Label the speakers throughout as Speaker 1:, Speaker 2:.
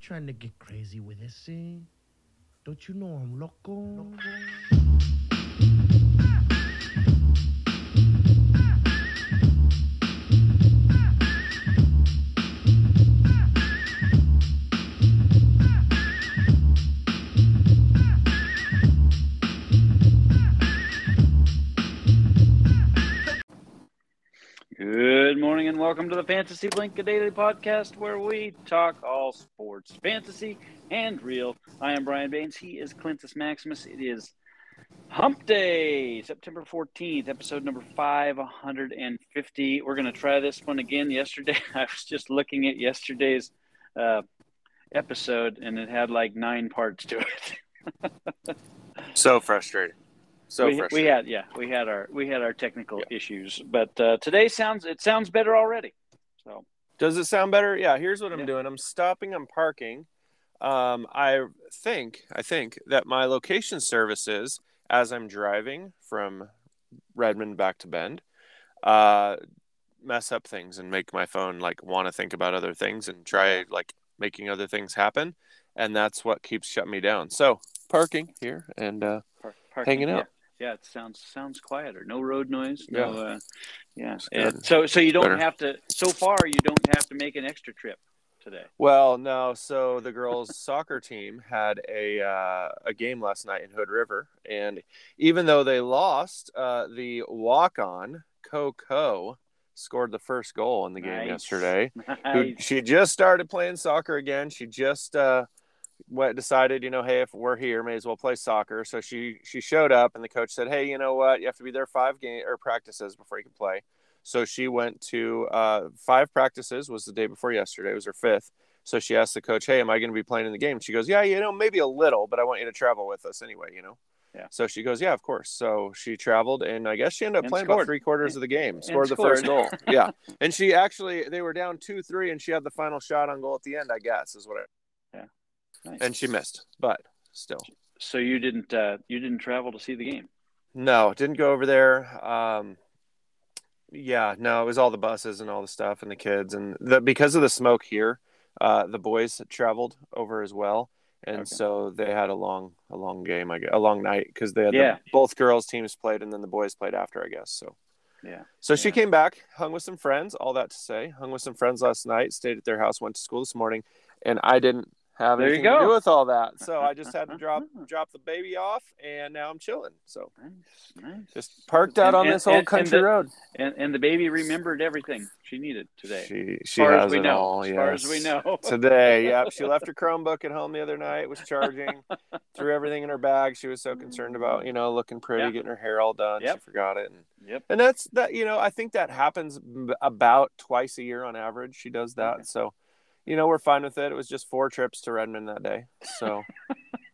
Speaker 1: trying to get crazy with this, eh? Don't you know I'm loco?
Speaker 2: Good morning and welcome to the Fantasy Blink a Daily podcast where we talk all sports, fantasy and real. I am Brian Baines. He is Clintus Maximus. It is Hump Day, September 14th, episode number 550. We're going to try this one again. Yesterday, I was just looking at yesterday's uh, episode and it had like nine parts to it.
Speaker 3: So frustrated. So
Speaker 2: we, we
Speaker 3: frustrated.
Speaker 2: had yeah we had our we had our technical issues but uh, today sounds it sounds better already so
Speaker 3: Does it sound better? Yeah, here's what I'm
Speaker 2: Yeah.
Speaker 3: doing. I'm stopping, I'm parking. Um, I think I think that my location services as I'm driving from Redmond back to Bend uh mess up things and make my phone like want to think about other things and try like making other things happen and that's what keeps shutting me down. So, parking here and uh
Speaker 2: par- parking,
Speaker 3: Hanging out.
Speaker 2: yeah, yeah it sounds sounds quieter no road noise
Speaker 3: Yeah.
Speaker 2: no uh, yeah
Speaker 3: It's
Speaker 2: And
Speaker 3: good.
Speaker 2: so so you don't
Speaker 3: better.
Speaker 2: have to so far you don't have to make an extra trip today
Speaker 3: Well, no. So the girls' soccer team had a uh, a game last night in Hood River, and even though they lost, uh, the walk on Coco scored the first goal in the
Speaker 2: Nice.
Speaker 3: game yesterday. Who-
Speaker 2: Nice.
Speaker 3: she just started playing soccer again. She just uh, went, decided, you know, hey, if we're here, may as well play soccer. So she she showed up, and the coach said, hey, you know what? You have to be there five game or practices before you can play. So she went to uh, five practices. Was the day before yesterday. It was her fifth. So she asked the coach, "Hey, am I going to be playing in the game?" She goes, "Yeah, you know, maybe a little, but I want you to travel with us anyway, you know."
Speaker 2: Yeah.
Speaker 3: So she goes, "Yeah, of course." So she traveled, and I guess she ended up
Speaker 2: And
Speaker 3: playing
Speaker 2: scored.
Speaker 3: about three quarters of the game, scored the
Speaker 2: scored.
Speaker 3: first goal. yeah, and she actually they were down two three, and she had the final shot on goal at the end. I guess is what I
Speaker 2: Nice.
Speaker 3: and she missed, but still,
Speaker 2: so you didn't uh, you didn't travel to see the game
Speaker 3: no, didn't go over there. Um, yeah, no, it was all the buses and all the stuff and the kids and the because of the smoke here, uh, the boys had traveled over as well, and
Speaker 2: Okay.
Speaker 3: so they had a long a long game, I guess, a long night because they had the-
Speaker 2: Yeah.
Speaker 3: both girls teams played and then the boys played after, I guess. So
Speaker 2: Yeah,
Speaker 3: So she
Speaker 2: yeah.
Speaker 3: came back, hung with some friends, all that to say, hung with some friends last night, stayed at their house, went to school this morning, and I didn't have
Speaker 2: There you
Speaker 3: anything to
Speaker 2: go.
Speaker 3: do with all that. So I just had to drop
Speaker 2: Oh,
Speaker 3: drop the baby off and now I'm chilling. So
Speaker 2: nice nice
Speaker 3: just parked out
Speaker 2: And-
Speaker 3: on
Speaker 2: and-
Speaker 3: this old
Speaker 2: and- and
Speaker 3: country
Speaker 2: the-
Speaker 3: road.
Speaker 2: and and the baby remembered everything she needed today
Speaker 3: She
Speaker 2: as
Speaker 3: she
Speaker 2: far
Speaker 3: has
Speaker 2: as we
Speaker 3: it
Speaker 2: know
Speaker 3: all.
Speaker 2: as far as
Speaker 3: yes.
Speaker 2: we know
Speaker 3: Today, yep. She left her Chromebook at home the other night, was charging, threw everything in her bag. She was so concerned about, you know, looking pretty,
Speaker 2: Yeah.
Speaker 3: getting her hair all done.
Speaker 2: Yep.
Speaker 3: She forgot it. And
Speaker 2: yep
Speaker 3: and that's that you know i think that happens m- about twice a year on average she does that
Speaker 2: Okay.
Speaker 3: so you know we're fine with it it was just four trips to redmond that day so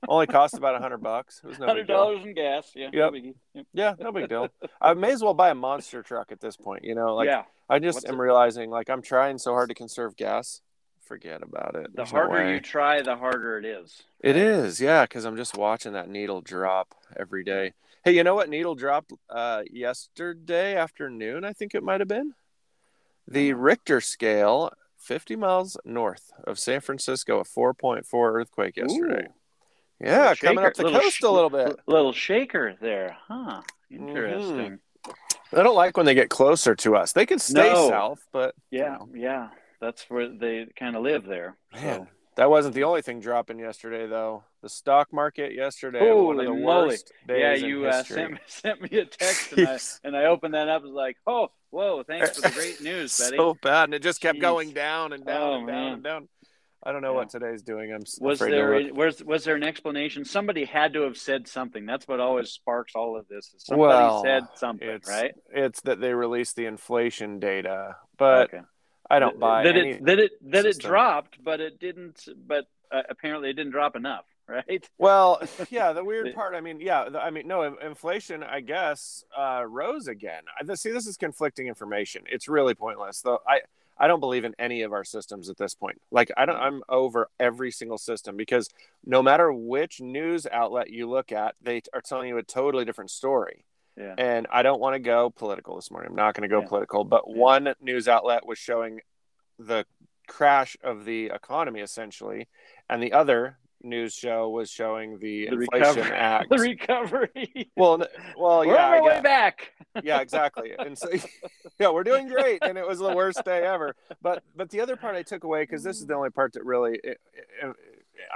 Speaker 3: only cost about a hundred bucks it was no
Speaker 2: hundred
Speaker 3: big deal
Speaker 2: dollars in gas. Yeah.
Speaker 3: Yep.
Speaker 2: biggie. Yep.
Speaker 3: yeah no big deal i may as well buy a monster truck at this point you know like
Speaker 2: yeah.
Speaker 3: i just
Speaker 2: What's
Speaker 3: am
Speaker 2: it-
Speaker 3: realizing like i'm trying so hard to conserve gas forget about it
Speaker 2: The
Speaker 3: There's no
Speaker 2: harder
Speaker 3: way.
Speaker 2: you try, the harder it is.
Speaker 3: It is, yeah, because I'm just watching that needle drop every day. Hey, you know what needle dropped uh, yesterday afternoon? I think it might have been
Speaker 2: Mm-hmm.
Speaker 3: the Richter scale, 50 miles north of San Francisco, a 4.4 earthquake yesterday.
Speaker 2: Ooh,
Speaker 3: yeah,
Speaker 2: little
Speaker 3: coming up
Speaker 2: shaker-
Speaker 3: the
Speaker 2: little
Speaker 3: coast
Speaker 2: sh-
Speaker 3: a little bit.
Speaker 2: Little shaker there, huh? Interesting.
Speaker 3: I don't like when they get closer to us. They can stay
Speaker 2: No.
Speaker 3: south, but
Speaker 2: Yeah, yeah. That's where they kind of live there.
Speaker 3: man, that wasn't the only thing dropping yesterday, though. The stock market yesterday, one
Speaker 2: Holy
Speaker 3: of the
Speaker 2: moly.
Speaker 3: worst
Speaker 2: So,
Speaker 3: days
Speaker 2: yeah,
Speaker 3: in
Speaker 2: you uh,
Speaker 3: history.
Speaker 2: sent me, sent me a text and I,
Speaker 3: Jeez.
Speaker 2: and I opened that up. and was like, oh, whoa, thanks for the great news, buddy.
Speaker 3: so bad, and it just kept
Speaker 2: Jeez.
Speaker 3: going down and down
Speaker 2: Oh,
Speaker 3: and down
Speaker 2: man.
Speaker 3: and down. I don't know
Speaker 2: Yeah.
Speaker 3: what today's doing. I'm s-
Speaker 2: was
Speaker 3: afraid
Speaker 2: there
Speaker 3: to
Speaker 2: a,
Speaker 3: look.
Speaker 2: was was there an explanation? Somebody had to have said something. That's what always sparks all of this. is Somebody
Speaker 3: Well,
Speaker 2: said something,
Speaker 3: it's-
Speaker 2: right?
Speaker 3: It's that they released the inflation data, but
Speaker 2: okay.
Speaker 3: I don't buy
Speaker 2: that
Speaker 3: any.
Speaker 2: it that it that it
Speaker 3: system.
Speaker 2: dropped, but it didn't. But uh, apparently, it didn't drop enough, right?
Speaker 3: Well, yeah, the weird
Speaker 2: It-
Speaker 3: part. I mean, yeah, the, I mean, no, in- inflation. I guess uh, rose again. I, this- see, this is conflicting information. It's really pointless, though. I I don't believe in any of our systems at this point. Like, I don't. I'm over every single system because no matter which news outlet you look at, they t- are telling you a totally different story.
Speaker 2: Yeah.
Speaker 3: And I don't want to go political this morning. I'm not going to go
Speaker 2: Yeah.
Speaker 3: political, but
Speaker 2: Yeah.
Speaker 3: one news outlet was showing the crash of the economy essentially, and the other news show was showing
Speaker 2: The
Speaker 3: the, Inflation
Speaker 2: recovery.
Speaker 3: Act.
Speaker 2: The recovery.
Speaker 3: well, n- well,
Speaker 2: We're
Speaker 3: yeah,
Speaker 2: on
Speaker 3: I
Speaker 2: our way
Speaker 3: guess.
Speaker 2: back.
Speaker 3: yeah, exactly. And so, yeah, we're doing great, and it was the worst day ever. But but the other part I took away because this is the only part that really i i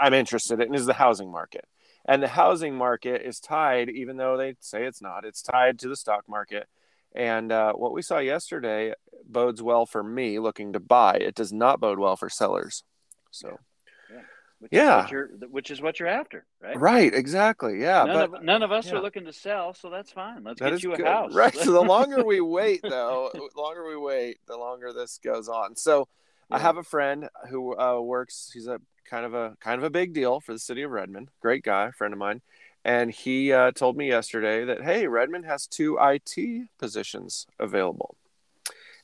Speaker 3: I'm interested in is the housing market, and the housing market is tied, even though they say it's not, it's tied to the stock market. And uh, what we saw yesterday bodes well for me looking to buy. It does not bode well for sellers. So
Speaker 2: Which Is
Speaker 3: Yeah.
Speaker 2: what you're, which is what you're after, right?
Speaker 3: right, exactly, yeah.
Speaker 2: None,
Speaker 3: but
Speaker 2: of, none of us
Speaker 3: yeah.
Speaker 2: are looking to sell, so that's fine. Let's
Speaker 3: That
Speaker 2: get
Speaker 3: is
Speaker 2: you a
Speaker 3: good.
Speaker 2: house.
Speaker 3: Right. So the longer we wait, though, the longer we wait, the longer this goes on. So I
Speaker 2: Yeah.
Speaker 3: have a friend who uh, works. He's a kind of a kind of a big deal for the city of Redmond. Great guy, friend of mine, and he uh, told me yesterday that hey, Redmond has two IT positions available,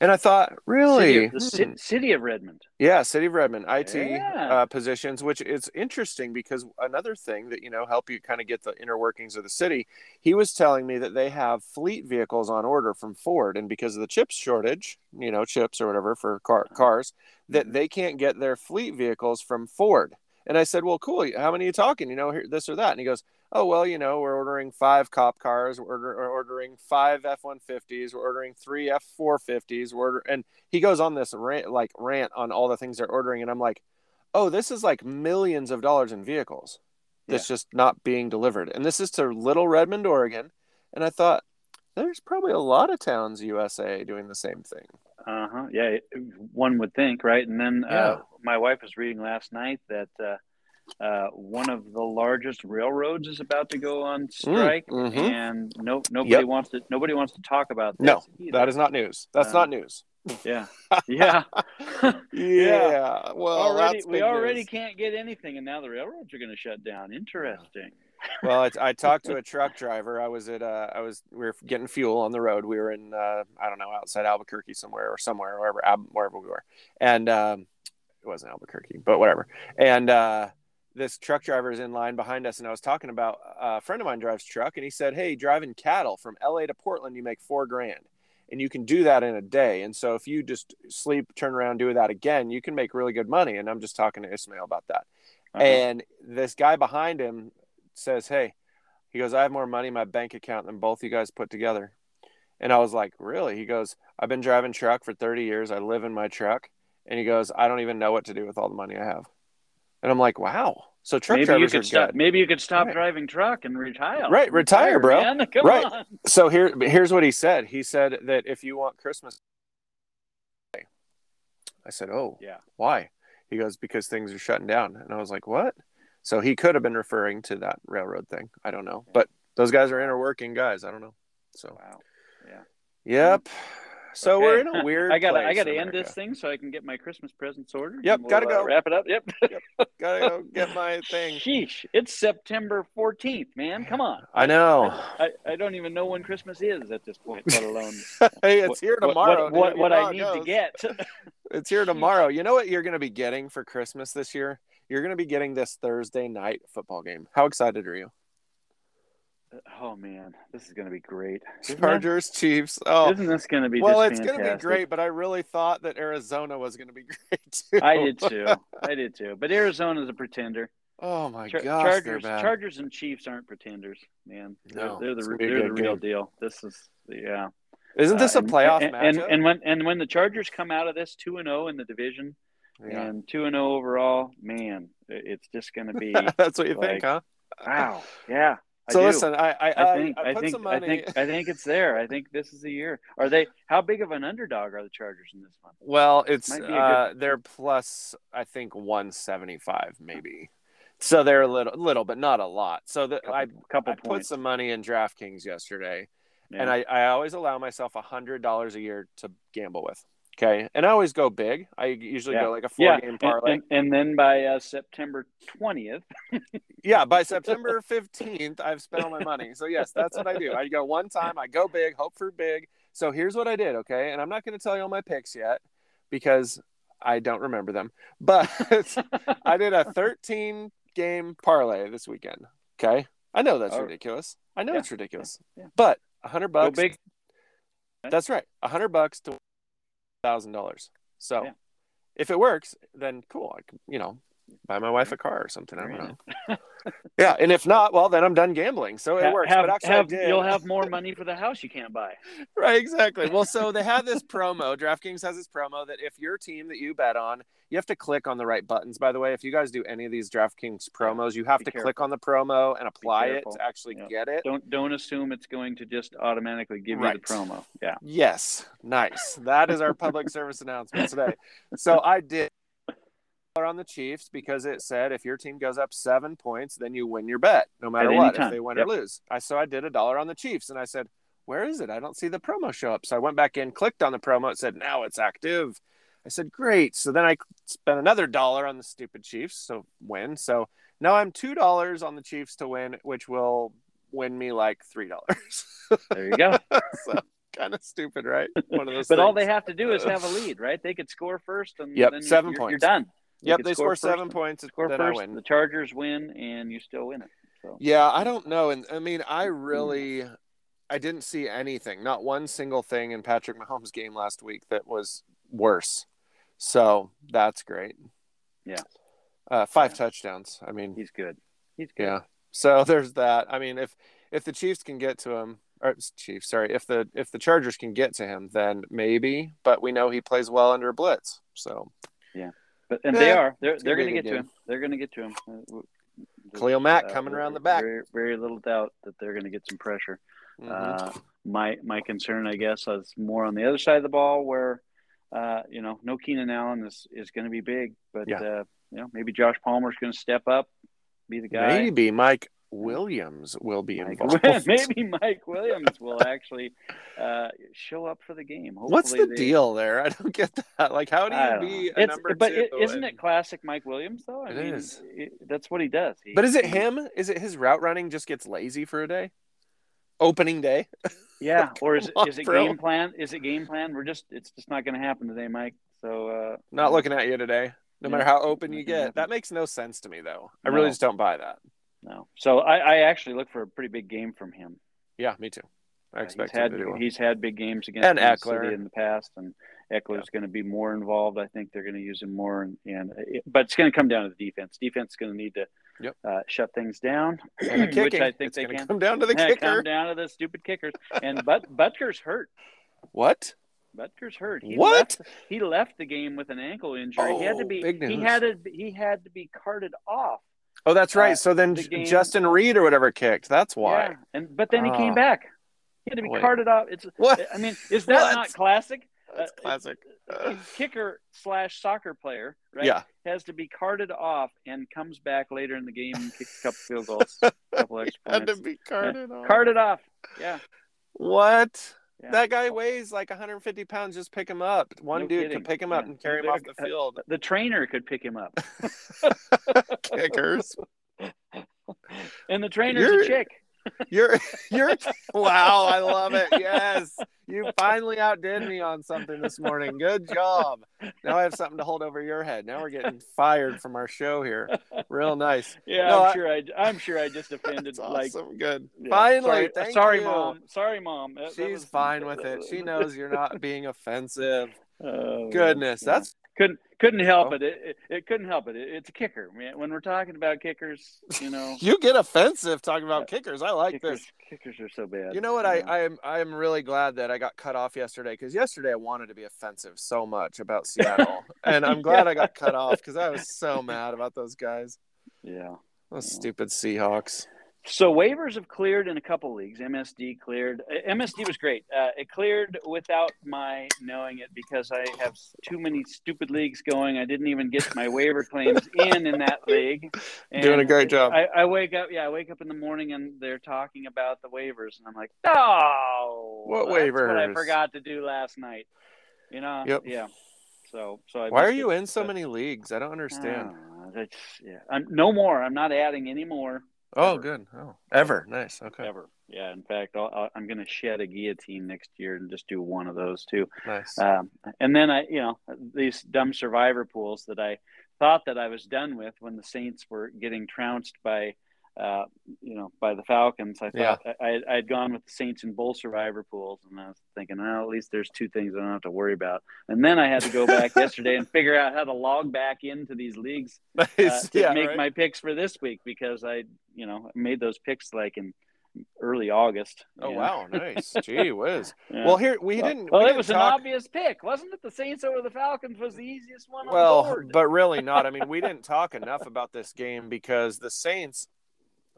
Speaker 3: and I thought really
Speaker 2: City of, the
Speaker 3: Hmm.
Speaker 2: ci- city of Redmond.
Speaker 3: Yeah, City of Redmond, IT
Speaker 2: Yeah.
Speaker 3: uh, positions, which it's interesting because another thing that you know help you kind of get the inner workings of the city. He was telling me that they have fleet vehicles on order from Ford, and because of the chips shortage, you know, chips or whatever for car- cars, that they can't get their fleet vehicles from Ford. And I said, "Well, cool. How many are you talking? You know, here, this or that?" And he goes, "Oh, well, you know, we're ordering five cop cars. We're order- we're ordering five F-150s. We're ordering three F-450s. We're order- and he goes on this rant, like rant on all the things they're ordering, and I'm like, oh, this is like millions of dollars in vehicles that's just not being delivered, and this is to Little Redmond, Oregon, and I thought there's probably a lot of towns USA doing the same thing.
Speaker 2: Uh huh. Yeah, it- one would think, right? And then uh,
Speaker 3: Yeah.
Speaker 2: my wife was reading last night that uh, uh, one of the largest railroads is about to go on strike,
Speaker 3: mhm.
Speaker 2: and no, nobody
Speaker 3: Yep.
Speaker 2: wants to. Nobody wants to talk about this.
Speaker 3: No,
Speaker 2: either.
Speaker 3: That is not news. That's
Speaker 2: Uh,
Speaker 3: not news.
Speaker 2: Yeah, yeah.
Speaker 3: Yeah. Well,
Speaker 2: already,
Speaker 3: Oh, that's
Speaker 2: we
Speaker 3: big
Speaker 2: already
Speaker 3: news.
Speaker 2: can't get anything, and now the railroads are going to shut down. Interesting.
Speaker 3: well, I, I talked to a truck driver. I was at, uh, I was, we were getting fuel on the road. We were in, uh, I don't know, outside Albuquerque somewhere or somewhere, wherever, Ab- wherever we were. And um, it wasn't Albuquerque, but whatever. And uh, this truck driver is in line behind us. And I was talking about uh, a friend of mine drives truck and he said, Hey, driving cattle from LA to Portland, you make four grand. And you can do that in a day. And so if you just sleep, turn around, do that again, you can make really good money. And I'm just talking to Ismail about that.
Speaker 2: Uh-huh.
Speaker 3: And this guy behind him says, Hey, he goes, I have more money in my bank account than both you guys put together. And I was like, Really? He goes, I've been driving truck for 30 years. I live in my truck. And he goes, I don't even know what to do with all the money I have. And I'm like, Wow. So truck
Speaker 2: maybe you
Speaker 3: drivers
Speaker 2: could
Speaker 3: are
Speaker 2: stop.
Speaker 3: good.
Speaker 2: Maybe you could stop
Speaker 3: Right.
Speaker 2: driving truck and retire.
Speaker 3: Right, retire, bro.
Speaker 2: man. Come
Speaker 3: Right.
Speaker 2: on.
Speaker 3: So here, but here's what he said. He said that if you want Christmas, I said, "Oh,
Speaker 2: Yeah.
Speaker 3: why?" He goes, "Because things are shutting down," and I was like, "What?" So he could have been referring to that railroad thing. I don't know, but those guys are interworking guys. I don't know. So,
Speaker 2: Wow.
Speaker 3: yep. So
Speaker 2: Okay.
Speaker 3: we're in a weird.
Speaker 2: I gotta,
Speaker 3: place,
Speaker 2: I gotta end
Speaker 3: America.
Speaker 2: this thing so I can get my Christmas presents ordered.
Speaker 3: Yep,
Speaker 2: and
Speaker 3: gotta
Speaker 2: uh,
Speaker 3: go.
Speaker 2: wrap it up. Yep.
Speaker 3: Gotta go get my thing.
Speaker 2: Sheesh! It's September fourteenth, man. Come on.
Speaker 3: I know.
Speaker 2: I, I don't even know when Christmas is at this point, let alone
Speaker 3: hey, it's
Speaker 2: what-
Speaker 3: here
Speaker 2: what-
Speaker 3: tomorrow.
Speaker 2: What, what,
Speaker 3: dude. You
Speaker 2: what
Speaker 3: know how
Speaker 2: I
Speaker 3: it
Speaker 2: need to
Speaker 3: goes.
Speaker 2: get.
Speaker 3: It's here tomorrow. You know what you're going to be getting for Christmas this year? You're going to be getting this Thursday night football game. How excited are you?
Speaker 2: Oh man, this is gonna be great. Isn't, that-
Speaker 3: Chargers, Chiefs. Oh,
Speaker 2: isn't this gonna be?
Speaker 3: well,
Speaker 2: just
Speaker 3: it's going to be
Speaker 2: fantastic?
Speaker 3: great, but I really thought that Arizona was going to be great too.
Speaker 2: I did too. I did too. But Arizona's a pretender.
Speaker 3: Oh my
Speaker 2: Char-
Speaker 3: gosh, they're
Speaker 2: Chargers,
Speaker 3: bad.
Speaker 2: Chargers, and Chiefs aren't pretenders, man. They're-
Speaker 3: No,
Speaker 2: they're,
Speaker 3: it's
Speaker 2: the
Speaker 3: gonna be a
Speaker 2: they're the
Speaker 3: good
Speaker 2: real
Speaker 3: game.
Speaker 2: deal. This is yeah.
Speaker 3: Isn't this
Speaker 2: Uh,
Speaker 3: a playoff
Speaker 2: and, and,
Speaker 3: matchup?
Speaker 2: and when and when the Chargers come out of this two and zero in the division
Speaker 3: yeah.
Speaker 2: and two and zero overall, man, it- it's just going to be
Speaker 3: That's what you
Speaker 2: like,
Speaker 3: think, huh?
Speaker 2: wow. Yeah. I
Speaker 3: So
Speaker 2: do.
Speaker 3: listen, I I,
Speaker 2: I
Speaker 3: I,
Speaker 2: think
Speaker 3: I
Speaker 2: I,
Speaker 3: put
Speaker 2: think
Speaker 3: some
Speaker 2: I
Speaker 3: money.
Speaker 2: think I think it's there. I think this is the year. Are they? How big of an underdog are the Chargers in this one?
Speaker 3: Well, it's
Speaker 2: Might be a good-
Speaker 3: uh, they're plus I think 175 maybe. So they're a little little but not a lot. So the,
Speaker 2: Couple,
Speaker 3: I
Speaker 2: couple
Speaker 3: I put
Speaker 2: points.
Speaker 3: some money in DraftKings yesterday,
Speaker 2: yeah.
Speaker 3: and I, I always allow myself a hundred dollars a year to gamble with. Okay, and I always go big. I usually
Speaker 2: Yeah.
Speaker 3: go like a four
Speaker 2: yeah,
Speaker 3: game
Speaker 2: and,
Speaker 3: parlay.
Speaker 2: and, and then by uh, September twentieth,
Speaker 3: yeah, by September fifteenth, I've spent all my money. So yes, that's what I do. I go one time, I go big, hope for big. So here's what I did. Okay, and I'm not going to tell you all my picks yet because I don't remember them. But I did a thirteen game parlay this weekend. Okay, I know that's
Speaker 2: All right.
Speaker 3: ridiculous. I know
Speaker 2: Oh. Yeah,
Speaker 3: it's ridiculous,
Speaker 2: yeah, yeah.
Speaker 3: but a hundred
Speaker 2: go
Speaker 3: bucks.
Speaker 2: big.
Speaker 3: That's right. A hundred bucks to thousand dollars. So
Speaker 2: Yeah.
Speaker 3: if it works, then cool. I can, you know, buy my wife a car or something. I
Speaker 2: Fair
Speaker 3: don't know.
Speaker 2: enough.
Speaker 3: yeah, and if not, well, then I'm done gambling. So it
Speaker 2: Ha-
Speaker 3: works.
Speaker 2: have-
Speaker 3: but actually, I
Speaker 2: have-
Speaker 3: did.
Speaker 2: you'll have more money for the house you can't buy.
Speaker 3: right, exactly. Well, so they have this promo. DraftKings has this promo that if your team that you bet on, you have to click on the right buttons. By the way, if you guys do any of these DraftKings promos, you have
Speaker 2: Be
Speaker 3: to
Speaker 2: careful.
Speaker 3: click on the promo and apply it
Speaker 2: careful.
Speaker 3: to actually
Speaker 2: Yep.
Speaker 3: get it.
Speaker 2: Don't don't assume it's going to just automatically give you
Speaker 3: Right.
Speaker 2: the promo. Yeah.
Speaker 3: Yes, nice. That is our public service announcement today. So I did on the Chiefs because it said if your team goes up seven points, then you win your bet, no matter
Speaker 2: any
Speaker 3: what, if
Speaker 2: time.
Speaker 3: they win
Speaker 2: Yep.
Speaker 3: or lose. I so I did a dollar on the Chiefs, and I said, "Where is it? I don't see the promo show up." So I went back in, clicked on the promo. It said now it's active. I said, "Great." So then I spent another dollar on the stupid Chiefs, so win. So now I'm two dollars on the Chiefs to win, which will win me like three dollars.
Speaker 2: There you go.
Speaker 3: so kind of stupid, right? One of those.
Speaker 2: but all they
Speaker 3: things.
Speaker 2: have to do is have a lead, right? They could score first and
Speaker 3: Yep,
Speaker 2: then
Speaker 3: seven
Speaker 2: you're,
Speaker 3: points.
Speaker 2: You're done.
Speaker 3: Yep,
Speaker 2: could
Speaker 3: they
Speaker 2: score
Speaker 3: score,
Speaker 2: first
Speaker 3: seven
Speaker 2: and-
Speaker 3: points.
Speaker 2: Score
Speaker 3: then
Speaker 2: first,
Speaker 3: I win.
Speaker 2: the Chargers win, and you still win it. So
Speaker 3: Yeah, I don't know, and I mean, I
Speaker 2: Mm.
Speaker 3: really, I didn't see anything, not one single thing in Patrick Mahomes' game last week that was worse. So that's great.
Speaker 2: Yeah.
Speaker 3: Uh, five
Speaker 2: Yeah.
Speaker 3: touchdowns. I mean,
Speaker 2: he's good. He's good.
Speaker 3: yeah. So there's that. I mean, if if the Chiefs can get to him, or Chiefs, sorry, if the if the Chargers can get to him, then maybe. But we know he plays well under blitz. So
Speaker 2: But and they
Speaker 3: Yeah,
Speaker 2: are. They're they're
Speaker 3: Eh, gonna
Speaker 2: going
Speaker 3: be
Speaker 2: to
Speaker 3: a
Speaker 2: get
Speaker 3: good
Speaker 2: to him. They're going to get to him. Uh, w-
Speaker 3: Khalil Mack
Speaker 2: uh,
Speaker 3: coming around the back.
Speaker 2: Very, very little doubt that they're going to get some pressure.
Speaker 3: Mhm.
Speaker 2: Uh, my my concern, I guess, is more on the other side of the ball, where uh, you know no Keenan Allen is is going to be big, but
Speaker 3: Yeah.
Speaker 2: uh, you know maybe Josh Palmer's going to step up, be the guy.
Speaker 3: Maybe Mike Williams will be
Speaker 2: Mike-
Speaker 3: involved.
Speaker 2: maybe Mike Williams will actually uh, show up for the game. Hopefully
Speaker 3: What's the
Speaker 2: they-
Speaker 3: deal there? I don't get that. Like, how do
Speaker 2: I
Speaker 3: you
Speaker 2: don't
Speaker 3: be
Speaker 2: know.
Speaker 3: a
Speaker 2: It's-
Speaker 3: number
Speaker 2: but
Speaker 3: two?
Speaker 2: is isn't
Speaker 3: and-
Speaker 2: it classic Mike Williams though? I
Speaker 3: It
Speaker 2: mean,
Speaker 3: is.
Speaker 2: it- that's what he does. He-
Speaker 3: But is it
Speaker 2: he-
Speaker 3: him? Is it his route running just gets lazy for a day? Opening day?
Speaker 2: Yeah, or is it,
Speaker 3: on,
Speaker 2: is it
Speaker 3: bro.
Speaker 2: game plan? Is it game plan? We're just it's just not going to happen today, Mike. So uh,
Speaker 3: Not looking at you today. No
Speaker 2: Yeah.
Speaker 3: matter how open you
Speaker 2: Nothing
Speaker 3: get,
Speaker 2: happened.
Speaker 3: that makes no sense to me though. I
Speaker 2: No.
Speaker 3: really just don't buy that.
Speaker 2: No, so I, I actually look for a pretty big game from him.
Speaker 3: Yeah, me too. I
Speaker 2: Uh,
Speaker 3: expect
Speaker 2: he's had
Speaker 3: him to do well.
Speaker 2: he's had big games against
Speaker 3: And
Speaker 2: Kansas
Speaker 3: Eckler.
Speaker 2: City in the past, and Eckler's going to be more involved. I think they're going to use him more, and, and it, but it's going to come down to the defense. Defense is going to need to
Speaker 3: Yep.
Speaker 2: uh, shut things down,
Speaker 3: And the
Speaker 2: which
Speaker 3: kicking.
Speaker 2: I think
Speaker 3: it's
Speaker 2: they
Speaker 3: gonna
Speaker 2: can.
Speaker 3: come down to the
Speaker 2: Yeah,
Speaker 3: kicker.
Speaker 2: Come down to the stupid kickers, and but Butker's hurt.
Speaker 3: What?
Speaker 2: Butker's hurt. He
Speaker 3: What?
Speaker 2: Left, he left the game with an ankle injury. he had to
Speaker 3: Oh,
Speaker 2: be.
Speaker 3: big
Speaker 2: He
Speaker 3: news.
Speaker 2: had to. He had to be carted off.
Speaker 3: Oh, that's
Speaker 2: Uh,
Speaker 3: right. So then
Speaker 2: the
Speaker 3: J-
Speaker 2: game-
Speaker 3: Justin Reed or whatever kicked. That's why.
Speaker 2: Yeah. And but then he
Speaker 3: Ah.
Speaker 2: came back. He had to be
Speaker 3: Wait.
Speaker 2: carted off. It's.
Speaker 3: What?
Speaker 2: I mean, is that
Speaker 3: What?
Speaker 2: not classic?
Speaker 3: That's
Speaker 2: uh,
Speaker 3: classic.
Speaker 2: A Kicker slash soccer player, right?
Speaker 3: Yeah.
Speaker 2: Has to be carted off and comes back later in the game and kicks a couple field goals, couple extra
Speaker 3: Had to
Speaker 2: points.
Speaker 3: be carted on.
Speaker 2: Carted off. Yeah.
Speaker 3: What?
Speaker 2: Yeah.
Speaker 3: That guy weighs like 150 pounds. Just pick him up. One
Speaker 2: No
Speaker 3: dude
Speaker 2: kidding.
Speaker 3: can pick him up
Speaker 2: Yeah.
Speaker 3: and carry him off the field.
Speaker 2: The trainer could pick him up,
Speaker 3: Kickers.
Speaker 2: and the trainer's
Speaker 3: You're-
Speaker 2: a chick.
Speaker 3: You're, you're. Wow, I love it. Yes, you finally outdid me on something this morning. Good job. Now I have something to hold over your head. Now we're getting fired from our show here. Real nice.
Speaker 2: Yeah,
Speaker 3: No,
Speaker 2: I'm
Speaker 3: I-
Speaker 2: sure I. I'm sure I just offended
Speaker 3: It's
Speaker 2: like.
Speaker 3: awesome. Good.
Speaker 2: yeah,
Speaker 3: Finally,
Speaker 2: sorry,
Speaker 3: thank
Speaker 2: sorry
Speaker 3: you.
Speaker 2: mom. Sorry, mom. That- that
Speaker 3: She's
Speaker 2: was-
Speaker 3: fine with it. She knows you're not being offensive.
Speaker 2: Oh,
Speaker 3: Goodness,
Speaker 2: yeah.
Speaker 3: that's
Speaker 2: couldn't couldn't help
Speaker 3: Oh.
Speaker 2: it. It, it. it couldn't help it. It- It's a kicker, man. When we're talking about kickers, you know,
Speaker 3: you get offensive talking about kickers. I like this.
Speaker 2: kickers, kickers are so bad.
Speaker 3: You know what? I, I am I am really glad that I got cut off yesterday because yesterday I wanted to be offensive so much about Seattle, and I'm glad I got cut off because I was so mad about those guys,
Speaker 2: yeah.
Speaker 3: those
Speaker 2: Yeah.
Speaker 3: stupid Seahawks.
Speaker 2: So waivers have cleared in a couple leagues. MSD cleared. Uh, MSD was great. Uh, it cleared without my knowing it because I have too many stupid leagues going. I didn't even get my waiver claims in in that league.
Speaker 3: Doing a
Speaker 2: And
Speaker 3: great job.
Speaker 2: I, I wake up, yeah, I wake up in the morning and they're talking about the waivers, and I'm like, oh,
Speaker 3: What
Speaker 2: that's What I
Speaker 3: waivers?"
Speaker 2: forgot to do last night. You know.
Speaker 3: Yep.
Speaker 2: Yeah. So, so I
Speaker 3: Why are
Speaker 2: missed
Speaker 3: you
Speaker 2: it,
Speaker 3: in so
Speaker 2: but-
Speaker 3: many leagues? I don't understand.
Speaker 2: Ah, that's yeah. I'm no more. I'm not adding any more
Speaker 3: oh,
Speaker 2: ever.
Speaker 3: good. Oh, ever nice. Okay,
Speaker 2: ever. Yeah. In fact, I'll, I'll, I'm going to shed a guillotine next year and just do one of those too.
Speaker 3: nice.
Speaker 2: Um, and then I, you know, these dumb survivor pools that I thought that I was done with when the Saints were getting trounced by uh, you know, by the Falcons. I
Speaker 3: Yeah.
Speaker 2: thought I, I had gone with the Saints in both survivor pools, and I was thinking, well, at least there's two things I don't have to worry about. And then I had to go back yesterday and figure out how to log back into these leagues uh, to
Speaker 3: yeah,
Speaker 2: make
Speaker 3: right?
Speaker 2: my picks for this week because I, you know, made those picks like in early August.
Speaker 3: Oh
Speaker 2: you know?
Speaker 3: wow, nice. Gee whiz.
Speaker 2: Yeah.
Speaker 3: Well, here we didn't.
Speaker 2: Well,
Speaker 3: we
Speaker 2: it
Speaker 3: didn't
Speaker 2: was an
Speaker 3: talk-
Speaker 2: obvious pick, wasn't it? The Saints over the Falcons was the easiest one. on
Speaker 3: Well,
Speaker 2: board.
Speaker 3: but really not. I mean, we didn't talk enough about this game because the Saints,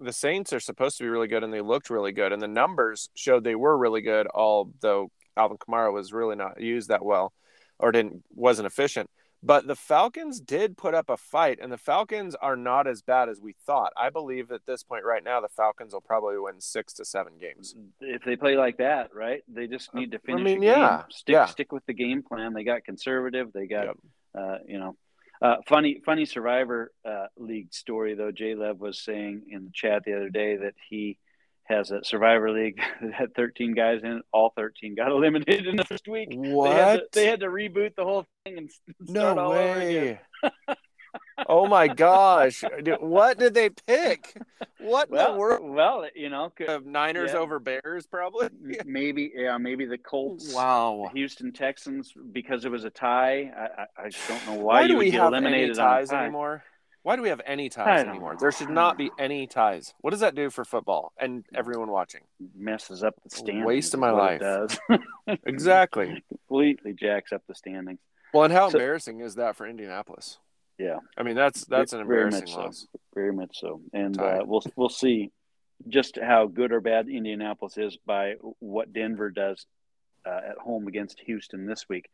Speaker 3: the Saints are supposed to be really good, and they looked really good, and the numbers showed they were really good. Although Alvin Kamara was really not used that well, or didn't wasn't efficient. But the Falcons did put up a fight, and the Falcons are not as bad as we thought. I believe at this point right now, the Falcons will probably win six to seven games.
Speaker 2: if they play like that, right? They just need to finish.
Speaker 3: mean,
Speaker 2: a game.
Speaker 3: yeah,
Speaker 2: stick
Speaker 3: yeah.
Speaker 2: stick with the game plan. They got conservative. They got
Speaker 3: Yep.
Speaker 2: uh, you know, uh, funny funny Survivor uh, League story though. J Lev was saying in the chat the other day that he has a Survivor League that had 13 guys in it. All 13 got eliminated in the first week.
Speaker 3: What?
Speaker 2: They had, to, they had to reboot the whole thing and s- start all over again.
Speaker 3: oh my gosh. Dude, What did they pick? What in the
Speaker 2: Well,
Speaker 3: world?
Speaker 2: well, you know, could,
Speaker 3: Of Niners
Speaker 2: yeah.
Speaker 3: over Bears, probably.
Speaker 2: m- maybe yeah, maybe the Colts.
Speaker 3: Wow.
Speaker 2: Houston Texans because it was a tie. I, I, I just don't know why,
Speaker 3: Why,
Speaker 2: you
Speaker 3: do
Speaker 2: would
Speaker 3: we
Speaker 2: get
Speaker 3: have any
Speaker 2: eliminated on a
Speaker 3: ties
Speaker 2: tie.
Speaker 3: anymore? Why do we have any
Speaker 2: I
Speaker 3: ties
Speaker 2: don't
Speaker 3: anymore?
Speaker 2: know.
Speaker 3: There should not be any ties. What does that do for football and everyone watching?
Speaker 2: Messes up the standings.
Speaker 3: Waste of
Speaker 2: is
Speaker 3: my
Speaker 2: what
Speaker 3: life.
Speaker 2: It does
Speaker 3: Exactly.
Speaker 2: completely jacks up the standings.
Speaker 3: Well, and how
Speaker 2: So-
Speaker 3: embarrassing is that for Indianapolis?
Speaker 2: Yeah.
Speaker 3: I mean, that's that's an
Speaker 2: Very much
Speaker 3: embarrassing
Speaker 2: so.
Speaker 3: loss.
Speaker 2: Very much so, and
Speaker 3: Tie.
Speaker 2: uh, we'll we'll see just how good or bad Indianapolis is by what Denver does uh, at home against Houston this week.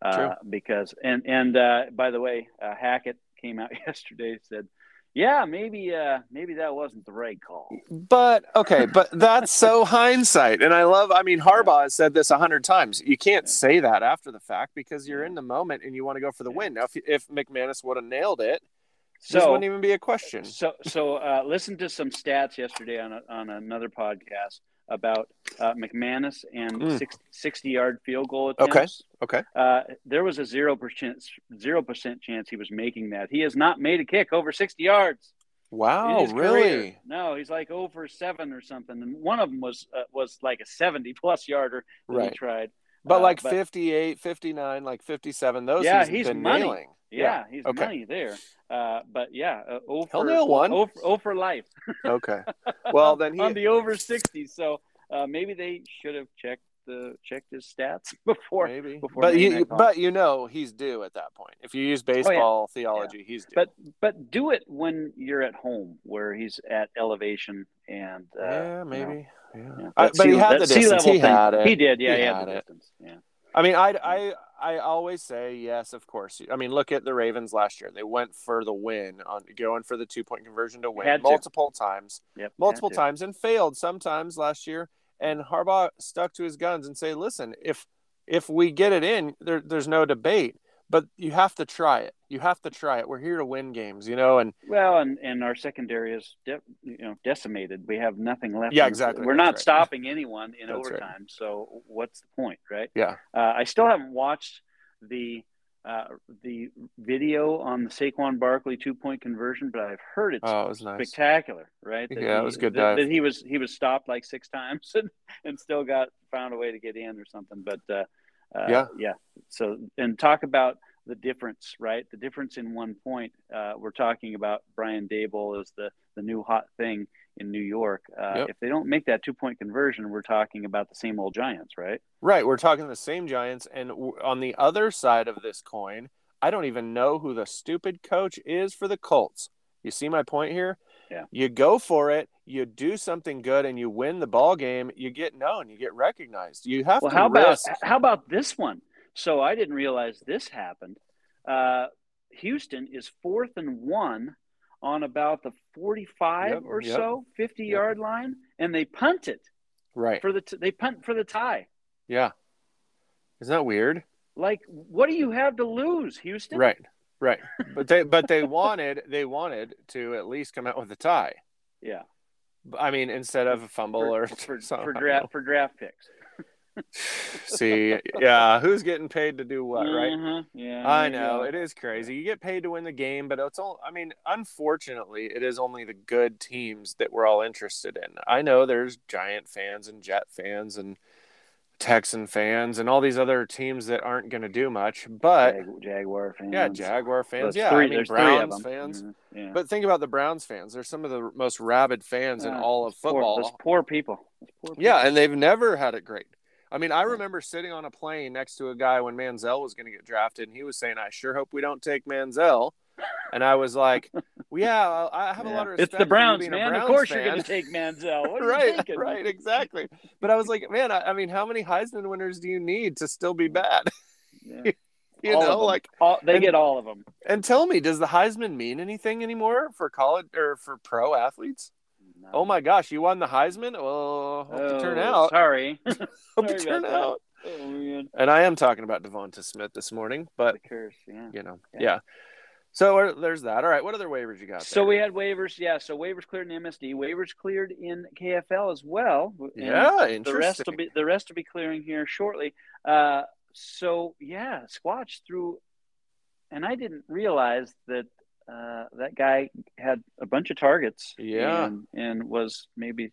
Speaker 2: Uh, because and and uh, by the way, uh, Hackett came out yesterday said, "Yeah, maybe uh, maybe that wasn't the right call."
Speaker 3: But okay, but that's so hindsight, and I love. I mean, Harbaugh has said this a hundred times. You can't
Speaker 2: Yeah. Mm-hmm.
Speaker 3: say that after the fact because you're in the moment and you want to go for the win. Now, if, if McManus would have nailed it,
Speaker 2: So
Speaker 3: this wouldn't even be a question.
Speaker 2: So, so uh, listen to some stats yesterday on a, on another podcast about uh, McManus and
Speaker 3: Mm.
Speaker 2: 60, yard field goal
Speaker 3: Okay,
Speaker 2: attempts.
Speaker 3: okay.
Speaker 2: Uh, there was a zero percent zero percent chance he was making that. He has not made a kick over sixty yards. in
Speaker 3: Wow,
Speaker 2: his career.
Speaker 3: Oh, really?
Speaker 2: No, he's like over seven or something, and one of them was uh, was like a seventy plus yarder that he
Speaker 3: Right.
Speaker 2: tried.
Speaker 3: But
Speaker 2: Uh,
Speaker 3: like
Speaker 2: but-
Speaker 3: 58, 59, like 57, those
Speaker 2: Yeah,
Speaker 3: he's,
Speaker 2: he's
Speaker 3: been
Speaker 2: money.
Speaker 3: nailing.
Speaker 2: Yeah, he's
Speaker 3: okay.
Speaker 2: money there. Uh, but yeah, uh, over
Speaker 3: He'll nail one.
Speaker 2: over, over life.
Speaker 3: Okay. Well, then
Speaker 2: on
Speaker 3: he
Speaker 2: the over 60. So uh, maybe they should have checked the checked his stats before.
Speaker 3: maybe.
Speaker 2: before
Speaker 3: But
Speaker 2: making
Speaker 3: you,
Speaker 2: that call.
Speaker 3: but you know, he's due at that point. If you use baseball theology, he's due.
Speaker 2: Oh, But uh, but do it when you're at home, where he's at elevation and uh,
Speaker 3: yeah,
Speaker 2: you know,
Speaker 3: maybe. yeah.
Speaker 2: yeah.
Speaker 3: I-
Speaker 2: That
Speaker 3: but he
Speaker 2: sea-
Speaker 3: had
Speaker 2: that
Speaker 3: the
Speaker 2: sea
Speaker 3: distance.
Speaker 2: level
Speaker 3: He
Speaker 2: thing.
Speaker 3: had it.
Speaker 2: He did. Yeah,
Speaker 3: He
Speaker 2: he, had,
Speaker 3: had
Speaker 2: the
Speaker 3: it.
Speaker 2: distance. Yeah.
Speaker 3: I mean, I, I, I always say yes, of course. I mean, look at the Ravens last year. They went for the win on going for the two point conversion to win
Speaker 2: Had to.
Speaker 3: multiple times,
Speaker 2: Yep,
Speaker 3: multiple
Speaker 2: had to.
Speaker 3: times, and failed sometimes last year. And Harbaugh stuck to his guns and say, listen, if if we get it in, there, there's no debate. But you have to try it. You have to try it. We're here to win games, you know. And
Speaker 2: Well, and, and our secondary is de- you know decimated. We have nothing left.
Speaker 3: Yeah,
Speaker 2: in-
Speaker 3: exactly.
Speaker 2: We're
Speaker 3: That's
Speaker 2: not
Speaker 3: right.
Speaker 2: stopping anyone in
Speaker 3: That's right.
Speaker 2: overtime. So what's the point, right?
Speaker 3: Yeah.
Speaker 2: Uh, I still haven't watched the uh, the video on the Saquon Barkley two point conversion, but I've heard it's
Speaker 3: oh, it was nice.
Speaker 2: spectacular, right?
Speaker 3: Yeah, it was a good
Speaker 2: That,
Speaker 3: dive.
Speaker 2: that he was he was stopped like six times and, and still got found a way to get in or something. But uh, uh,
Speaker 3: Yeah.
Speaker 2: yeah. So and talk about the difference, right? The difference in one point. Uh, we're talking about Brian Dable is the the new hot thing in New York. Uh,
Speaker 3: Yep.
Speaker 2: If they don't make that two point conversion, we're talking about the same old Giants, right?
Speaker 3: Right, we're talking the same Giants, and w- on the other side of this coin, I don't even know who the stupid coach is for the Colts. You see my point here?
Speaker 2: Yeah.
Speaker 3: You go for it, you do something good, and you win the ball game. You get known, you get recognized. You have
Speaker 2: Well,
Speaker 3: to
Speaker 2: how about
Speaker 3: risk.
Speaker 2: how about this one? So I didn't realize this happened. Uh, Houston is fourth and one on about the forty-five
Speaker 3: Yep,
Speaker 2: or
Speaker 3: yep,
Speaker 2: so,
Speaker 3: yep.
Speaker 2: fifty-yard line, and they punt it
Speaker 3: right?
Speaker 2: for the t- they punt for the tie.
Speaker 3: Yeah. Isn't that weird?
Speaker 2: Like, what do you have to lose, Houston?
Speaker 3: Right, right. But they but they wanted they wanted to at least come out with a tie.
Speaker 2: Yeah.
Speaker 3: I mean, instead of a fumble
Speaker 2: For,
Speaker 3: or
Speaker 2: for,
Speaker 3: something.
Speaker 2: for draft for draft picks.
Speaker 3: See, yeah, who's getting paid to do what, right?
Speaker 2: Uh-huh. Yeah.
Speaker 3: I
Speaker 2: there you
Speaker 3: know
Speaker 2: go.
Speaker 3: it is crazy. You get paid to win the game, but it's all. I mean, unfortunately, it is only the good teams that we're all interested in. I know there's Giant fans and Jet fans and Texan fans and all these other teams that aren't going to do much. But
Speaker 2: Jag- Jaguar fans.
Speaker 3: yeah, Jaguar fans.
Speaker 2: There's
Speaker 3: yeah,
Speaker 2: three,
Speaker 3: I mean
Speaker 2: there's three of them.
Speaker 3: Browns fans.
Speaker 2: Mhm. Yeah.
Speaker 3: But think about the Browns fans. They're some of the most rabid fans in
Speaker 2: Yeah,
Speaker 3: all of
Speaker 2: Poor-
Speaker 3: football.
Speaker 2: those poor people. Those poor people.
Speaker 3: Yeah, and they've never had it great. I mean, I remember sitting on a plane next to a guy when Manziel was going to get drafted, and he was saying, "I sure hope we don't take Manziel." And I was like, well, "Yeah, I I have a
Speaker 2: Yeah.
Speaker 3: lot of respect."
Speaker 2: It's the
Speaker 3: for you
Speaker 2: Browns,
Speaker 3: being a
Speaker 2: man.
Speaker 3: Browns
Speaker 2: of course you're
Speaker 3: fan."
Speaker 2: going to take Manziel. What are you
Speaker 3: right,
Speaker 2: thinking?
Speaker 3: right, exactly. But I was like, "Man, I, I mean, how many Heisman winners do you need to still be bad?"
Speaker 2: Yeah.
Speaker 3: you
Speaker 2: All of
Speaker 3: know,
Speaker 2: them.
Speaker 3: like,
Speaker 2: All, they
Speaker 3: and-
Speaker 2: get all of them.
Speaker 3: and tell me, does the Heisman mean anything anymore for college or for pro athletes? Oh my gosh, you won the Heisman. Well, hope you turn
Speaker 2: Oh,
Speaker 3: out.
Speaker 2: Sorry.
Speaker 3: Hope you
Speaker 2: sorry
Speaker 3: turn
Speaker 2: about that.
Speaker 3: out.
Speaker 2: Oh, man.
Speaker 3: And I am talking about Devonta Smith this morning, but
Speaker 2: The curse, yeah.
Speaker 3: you know, yeah.
Speaker 2: Yeah.
Speaker 3: So uh, there's that. All right, what other waivers you got?
Speaker 2: So
Speaker 3: there?
Speaker 2: we had waivers, yeah. So waivers cleared in MSD, waivers cleared in KFL as well. and
Speaker 3: yeah,
Speaker 2: The
Speaker 3: interesting.
Speaker 2: rest will be the rest will be clearing here shortly. Uh, so yeah, Squatch through, and I didn't realize that uh, that guy had a bunch of targets.
Speaker 3: Yeah.
Speaker 2: and, and was maybe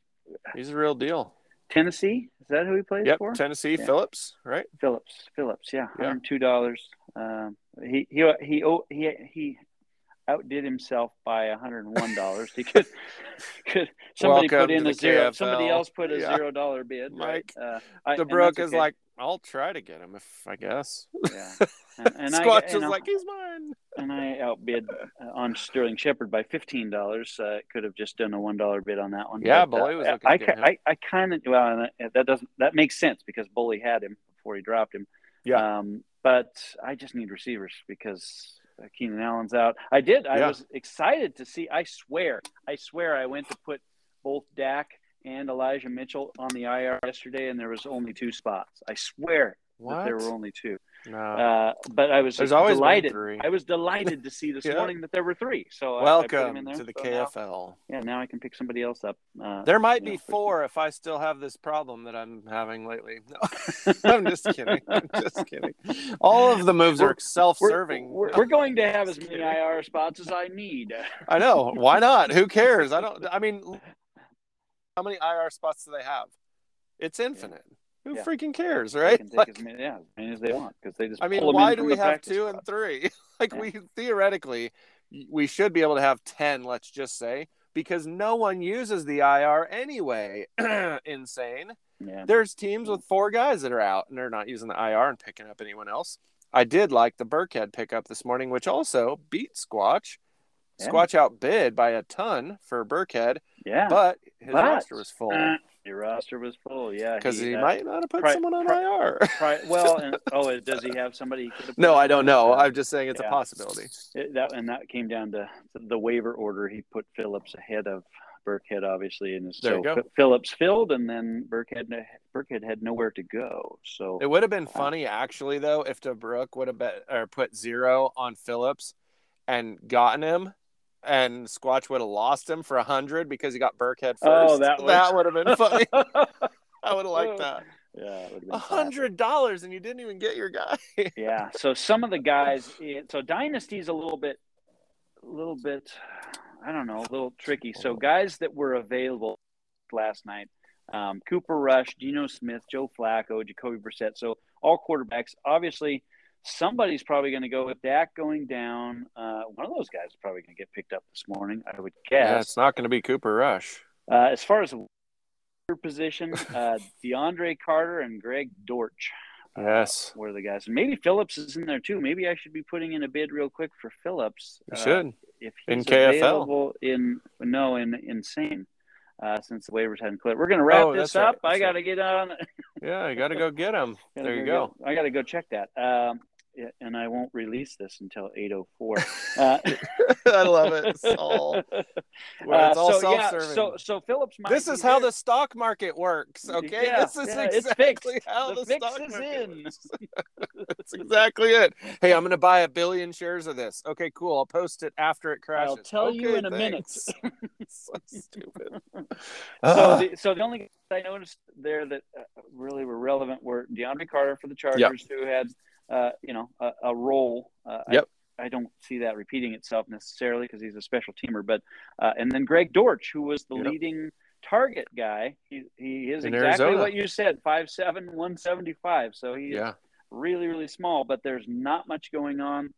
Speaker 3: He's a real deal.
Speaker 2: Tennessee. Is that who he plays
Speaker 3: Yep,
Speaker 2: for?
Speaker 3: Tennessee
Speaker 2: Yeah.
Speaker 3: Phillips, right?
Speaker 2: Phillips. Phillips. Yeah,
Speaker 3: Yeah.
Speaker 2: one hundred two dollars. Um, he he he oh, he he outdid himself by one hundred and one dollars. he could, could somebody
Speaker 3: Welcome
Speaker 2: put in
Speaker 3: to
Speaker 2: a
Speaker 3: the
Speaker 2: zero.
Speaker 3: KFL.
Speaker 2: Somebody else put a
Speaker 3: Yeah.
Speaker 2: zero dollar bid.
Speaker 3: Mike
Speaker 2: right? uh, I- and
Speaker 3: DeBrook
Speaker 2: that's
Speaker 3: is
Speaker 2: okay.
Speaker 3: like, I'll try to get him if I guess.
Speaker 2: yeah. And, and I
Speaker 3: Squatch
Speaker 2: you
Speaker 3: is
Speaker 2: know,
Speaker 3: like, he's mine.
Speaker 2: and I outbid uh, on Sterling Shepard by fifteen dollars. Uh, could have just done a one dollar bid on that one.
Speaker 3: Yeah,
Speaker 2: but, uh,
Speaker 3: Bully was looking
Speaker 2: I,
Speaker 3: to get
Speaker 2: ki-
Speaker 3: him.
Speaker 2: I, I kind of well, and I- that doesn't that makes sense because Bully had him before he dropped him.
Speaker 3: Yeah.
Speaker 2: Um, but I just need receivers because uh, Keenan Allen's out. I did. I
Speaker 3: Yeah.
Speaker 2: was excited to see. I swear, I swear, I went to put both Dak and Elijah Mitchell on the IR yesterday, and there was only two spots. I swear that
Speaker 3: What?
Speaker 2: there were only two.
Speaker 3: no.
Speaker 2: Uh, but I was
Speaker 3: There's
Speaker 2: just
Speaker 3: always been
Speaker 2: delighted.
Speaker 3: three.
Speaker 2: I was delighted to see this
Speaker 3: Yeah.
Speaker 2: morning that there were three. So I- I put 'em in
Speaker 3: Welcome
Speaker 2: there.
Speaker 3: to the
Speaker 2: So now-
Speaker 3: KFL.
Speaker 2: yeah, now I can pick somebody else up. Uh,
Speaker 3: There might
Speaker 2: you
Speaker 3: be
Speaker 2: know,
Speaker 3: four if I still have this problem that I'm having lately. No, I'm just kidding. I'm just kidding. All of the moves are
Speaker 2: we're,
Speaker 3: self-serving.
Speaker 2: We're, we're going to have as many
Speaker 3: Kidding.
Speaker 2: IR spots as I need.
Speaker 3: I know. Why not? Who cares? I don't. I mean, how many IR spots do they have? It's infinite. Who
Speaker 2: Yeah.
Speaker 3: freaking cares,
Speaker 2: They
Speaker 3: right?
Speaker 2: can take
Speaker 3: Like,
Speaker 2: as many, yeah, as many as they want because they just.
Speaker 3: I mean,
Speaker 2: pull 'em in
Speaker 3: why do
Speaker 2: from
Speaker 3: we
Speaker 2: the
Speaker 3: have
Speaker 2: practice
Speaker 3: two
Speaker 2: squad.
Speaker 3: and three? Like,
Speaker 2: Yeah.
Speaker 3: we theoretically, we should be able to have ten. Let's just say because no one uses the IR anyway. Insane.
Speaker 2: Yeah.
Speaker 3: There's teams with four guys that are out and they're not using the IR and picking up anyone else. I did like the Burkhead pickup this morning, which also beat Squatch.
Speaker 2: Yeah.
Speaker 3: Squatch outbid by a ton for Burkhead,
Speaker 2: yeah.
Speaker 3: but his
Speaker 2: But-
Speaker 3: roster was full
Speaker 2: Uh, your roster was full. Yeah.
Speaker 3: because he,
Speaker 2: uh,
Speaker 3: might not have put
Speaker 2: pri-
Speaker 3: someone on
Speaker 2: pri-
Speaker 3: IR.
Speaker 2: pri- well, and, oh, and does he have somebody? he could have
Speaker 3: no,
Speaker 2: put
Speaker 3: I don't
Speaker 2: on?
Speaker 3: know.
Speaker 2: Uh,
Speaker 3: I'm just saying it's a
Speaker 2: Yeah.
Speaker 3: possibility.
Speaker 2: It, that and that came down to the waiver order. He put Phillips ahead of Burkhead, obviously, and
Speaker 3: There
Speaker 2: so
Speaker 3: you go.
Speaker 2: Ph- Phillips filled, and then Burkhead Burkhead had nowhere to go. So
Speaker 3: It would have been funny, actually, though, if DeBrook would have bet, or put zero on Phillips and gotten him, and Squatch would have lost him for a hundred because he got Burkhead first.
Speaker 2: Oh, that was-
Speaker 3: that would have been funny. I would have
Speaker 2: Oh.
Speaker 3: liked that.
Speaker 2: yeah, it would have
Speaker 3: A
Speaker 2: been classic.
Speaker 3: hundred dollars and you didn't even get your guy.
Speaker 2: Yeah. So some of the guys. it- So dynasty's a little bit, a little bit, I don't know, a little tricky. So guys that were available last night. Um, Cooper Rush, Geno Smith, Joe Flacco, Jacoby Brissett. So all quarterbacks. Obviously, somebody's probably going to go with Dak going down. Uh, one of those guys is probably going to get picked up this morning, I would guess.
Speaker 3: not going to be Cooper Rush.
Speaker 2: Uh, as far as the receiver position, uh, DeAndre Carter and Greg Dortch
Speaker 3: Yes,
Speaker 2: were the guys. And maybe Phillips is in there too. Maybe I should be putting in a bid real quick for Phillips.
Speaker 3: you
Speaker 2: uh,
Speaker 3: should.
Speaker 2: if he's
Speaker 3: In KFL.
Speaker 2: available in no in insane. Uh, since the waivers hadn't cleared, we're gonna wrap
Speaker 3: Oh,
Speaker 2: this
Speaker 3: that's right,
Speaker 2: up. I
Speaker 3: that's
Speaker 2: gotta get on.
Speaker 3: Yeah, you got to go get him.
Speaker 2: gotta
Speaker 3: There you
Speaker 2: get- I gotta go check that. Um, yeah, and I won't release this until 8:04. Uh,
Speaker 3: I love it. It's all,
Speaker 2: uh,
Speaker 3: it's all
Speaker 2: so yeah,
Speaker 3: self-serving.
Speaker 2: so so Phillips. Might
Speaker 3: this
Speaker 2: be
Speaker 3: is how
Speaker 2: there.
Speaker 3: the stock market works. Okay,
Speaker 2: Yeah,
Speaker 3: this is
Speaker 2: yeah, it's
Speaker 3: exactly
Speaker 2: fixed.
Speaker 3: how
Speaker 2: The
Speaker 3: the,
Speaker 2: fix
Speaker 3: stock
Speaker 2: is
Speaker 3: market
Speaker 2: in.
Speaker 3: works. That's exactly it. Hey, I'm going to buy a billion shares of this. Okay, cool. I'll post it after it crashes.
Speaker 2: I'll tell you
Speaker 3: Okay,
Speaker 2: in a minute.
Speaker 3: thanks. so stupid.
Speaker 2: So
Speaker 3: Ah, Ugh. Uh-huh.
Speaker 2: the, so the only guys I noticed there that uh, really were relevant were DeAndre Carter for the Chargers, who had uh, you know a, a role. Uh, I-
Speaker 3: Yep.
Speaker 2: I, don't see that repeating itself necessarily because he's a special teamer, but uh, and then Greg Dortch, who was the
Speaker 3: Yep.
Speaker 2: leading target guy. He, he is
Speaker 3: In
Speaker 2: exactly
Speaker 3: Arizona.
Speaker 2: what you said, 5'7", 175. So he's
Speaker 3: Yeah,
Speaker 2: really really small, but there's not much going on.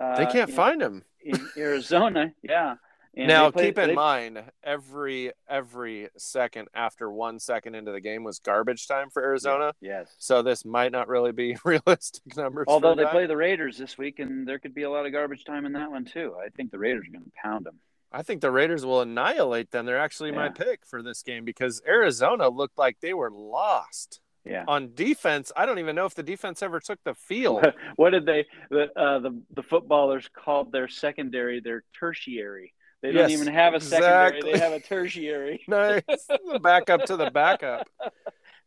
Speaker 2: Uh,
Speaker 3: they can't
Speaker 2: in-
Speaker 3: find him.
Speaker 2: in Arizona. Yeah. And
Speaker 3: now
Speaker 2: they play-
Speaker 3: keep in
Speaker 2: they-
Speaker 3: mind every every second after one second into the game was garbage time for Arizona.
Speaker 2: Yes.
Speaker 3: So this might not really be realistic numbers. for
Speaker 2: Although they
Speaker 3: that.
Speaker 2: play the Raiders this week, and there could be a lot of garbage time in that one too. I think the Raiders are going to pound them.
Speaker 3: I think the Raiders will annihilate them. They're actually my
Speaker 2: Yeah.
Speaker 3: pick for this game because Arizona looked like they were lost
Speaker 2: Yeah.
Speaker 3: on defense. I don't even know if the defense ever took the field.
Speaker 2: What did they? The, uh, the the footballers called their secondary their tertiary. They don't
Speaker 3: Yes,
Speaker 2: even have a secondary.
Speaker 3: exactly.
Speaker 2: They have a tertiary.
Speaker 3: nice. The backup to the backup.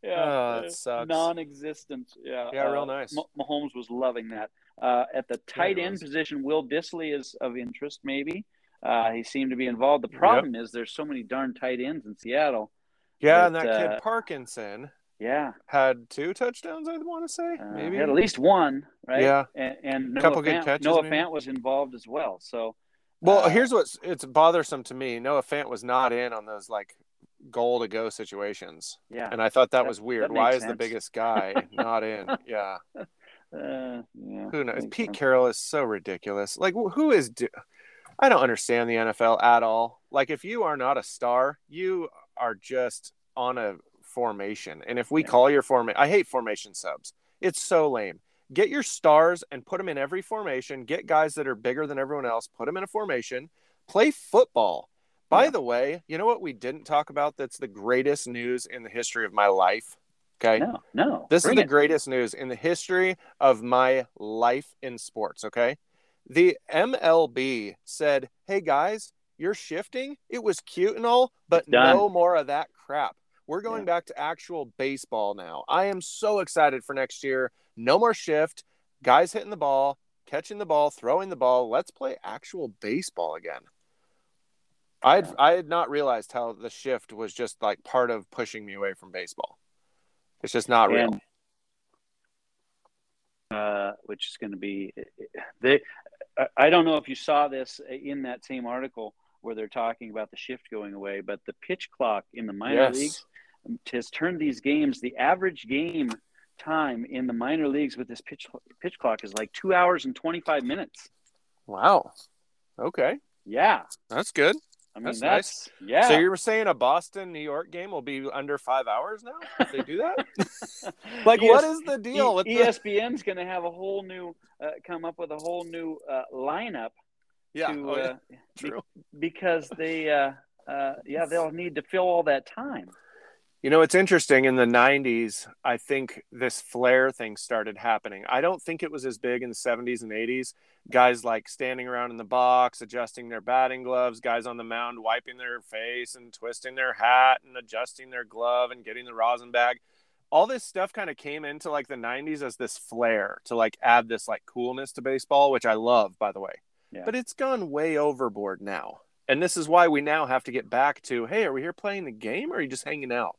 Speaker 2: Yeah. uh,
Speaker 3: Oh, that sucks.
Speaker 2: Non-existent. Yeah.
Speaker 3: Yeah, real
Speaker 2: uh,
Speaker 3: nice.
Speaker 2: Ma- Mahomes was loving that. Uh, at the tight
Speaker 3: he
Speaker 2: end
Speaker 3: was.
Speaker 2: position, Will Disley is of interest, maybe. Uh, he seemed to be involved. The problem is there's so many darn tight ends in Seattle.
Speaker 3: Yeah, and
Speaker 2: But,
Speaker 3: that
Speaker 2: uh,
Speaker 3: kid Parkinson
Speaker 2: Yeah,
Speaker 3: had two touchdowns, I want to say.
Speaker 2: uh,
Speaker 3: maybe.
Speaker 2: he had at least one, right?
Speaker 3: Yeah.
Speaker 2: and, and Noah
Speaker 3: Couple good
Speaker 2: Fant,
Speaker 3: catches,
Speaker 2: Noah
Speaker 3: maybe.
Speaker 2: Fant was involved as well. So
Speaker 3: Well,
Speaker 2: Uh,
Speaker 3: here's what's it's bothersome to me. Noah Fant was not in on those like goal to go situations,
Speaker 2: yeah,
Speaker 3: and I thought that,
Speaker 2: That-
Speaker 3: was weird.
Speaker 2: that
Speaker 3: Why
Speaker 2: makes
Speaker 3: is the
Speaker 2: sense.
Speaker 3: biggest guy not in? Yeah,
Speaker 2: uh, yeah.
Speaker 3: who knows?
Speaker 2: makes
Speaker 3: Pete
Speaker 2: sense.
Speaker 3: Carroll is so ridiculous. Like, wh- who is? Do- I don't understand the NFL at all. Like, if you are not a star, you are just on a formation. And if we
Speaker 2: Yeah.
Speaker 3: call your formation, I hate formation subs. It's so lame. Get your stars and put them in every formation. Get guys that are bigger than everyone else. Put them in a formation. Play football. By
Speaker 2: Yeah.
Speaker 3: the way, you know what we didn't talk about? That's the greatest news in the history of my life. Okay.
Speaker 2: No, no.
Speaker 3: This
Speaker 2: Bring
Speaker 3: is the
Speaker 2: it.
Speaker 3: greatest news in the history of my life in sports, okay? The MLB said, "Hey guys, you're shifting. It was cute and all, but
Speaker 2: It's done.
Speaker 3: no more of that crap. We're going back to actual baseball now." I am so excited for next year. No more shift. Guys hitting the ball, catching the ball, throwing the ball. Let's play actual baseball again. I had,
Speaker 2: Yeah.
Speaker 3: I had not realized how the shift was just like part of pushing me away from baseball. It's just not real.
Speaker 2: And, uh, which is going to be eh, they. I- I don't know if you saw this eh, in that same article where they're talking about the shift going away, but the pitch clock in the minor
Speaker 3: Yes.
Speaker 2: leagues um, has turned these games. The average game time in the minor leagues with this pitch pitch clock is like two hours and twenty five minutes.
Speaker 3: Wow. Okay.
Speaker 2: Yeah,
Speaker 3: That's good.
Speaker 2: I mean
Speaker 3: That's
Speaker 2: that's,
Speaker 3: nice.
Speaker 2: yeah.
Speaker 3: So you were saying a Boston New York game will be under five hours now if they do that? Like what is the
Speaker 2: E-
Speaker 3: deal with the
Speaker 2: ESPN's going to have a whole new uh, come up with a whole new uh, lineup
Speaker 3: yeah,
Speaker 2: to
Speaker 3: oh, yeah,
Speaker 2: uh,
Speaker 3: true.
Speaker 2: because they uh, uh, yeah they'll need to fill all that time.
Speaker 3: You know, it's interesting. In the 90s, I think this flare thing started happening. I don't think it was as big in the 70s and 80s. Guys like standing around in the box, adjusting their batting gloves, guys on the mound wiping their face and twisting their hat and adjusting their glove and getting the rosin bag. All this stuff kind of came into like the 90s as this flare to like add this like coolness to baseball, which I love, by the way.
Speaker 2: Yeah.
Speaker 3: But it's gone way overboard now. And this is why we now have to get back to hey, are we here playing the game or are you just hanging out?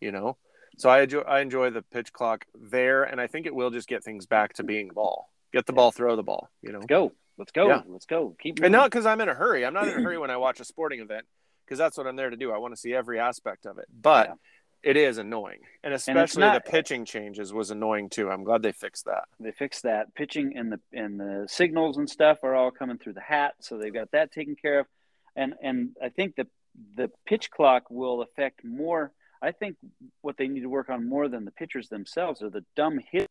Speaker 3: you know. So I enjoy, I enjoy the pitch clock there, and I think it will just get things back to being ball. Get the ball, throw the ball, you know.
Speaker 2: Let's go. Let's go.
Speaker 3: Yeah.
Speaker 2: Let's go. Keep
Speaker 3: And
Speaker 2: moving.
Speaker 3: not because I'm in a hurry. I'm not in a hurry when I watch a sporting event because that's what I'm there to do. I want to see every aspect of it. But
Speaker 2: Yeah.
Speaker 3: it is annoying, and especially
Speaker 2: not-
Speaker 3: the pitching changes was annoying too. I'm glad they fixed that.
Speaker 2: they fixed that pitching and the and the signals and stuff are all coming through the hat, so they've got that taken care of. And and I think the the pitch clock will affect more. I think what they need to work on more than the pitchers themselves are the dumb hit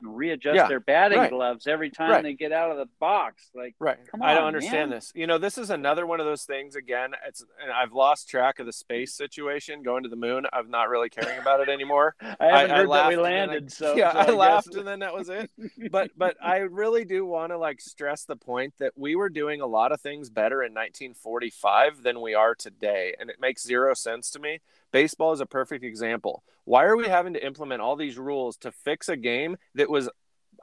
Speaker 2: and readjust
Speaker 3: Yeah,
Speaker 2: their batting
Speaker 3: right.
Speaker 2: gloves every time
Speaker 3: Right.
Speaker 2: they get out of the box. Like
Speaker 3: Right.
Speaker 2: Come
Speaker 3: I don't
Speaker 2: on,
Speaker 3: understand
Speaker 2: man.
Speaker 3: this. You know, this is another one of those things again. It's and I've lost track of the space situation going to the moon. I'm not really caring about it anymore.
Speaker 2: I haven't heard that we
Speaker 3: laughed and then I-
Speaker 2: landed, so
Speaker 3: yeah,
Speaker 2: so
Speaker 3: I,
Speaker 2: guess-
Speaker 3: laughed and then that was it. But but I really do want to like stress the point that we were doing a lot of things better in 1945 than we are today, and it makes zero sense to me. Baseball is a perfect example. Why are we having to implement all these rules to fix a game that was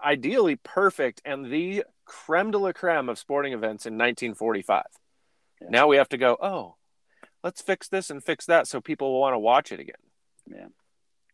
Speaker 3: ideally perfect and the creme de la creme of sporting events in 1945?
Speaker 2: Yeah.
Speaker 3: Now we have to go. Oh, let's fix this and fix that so people will want to watch it again.
Speaker 2: Yeah.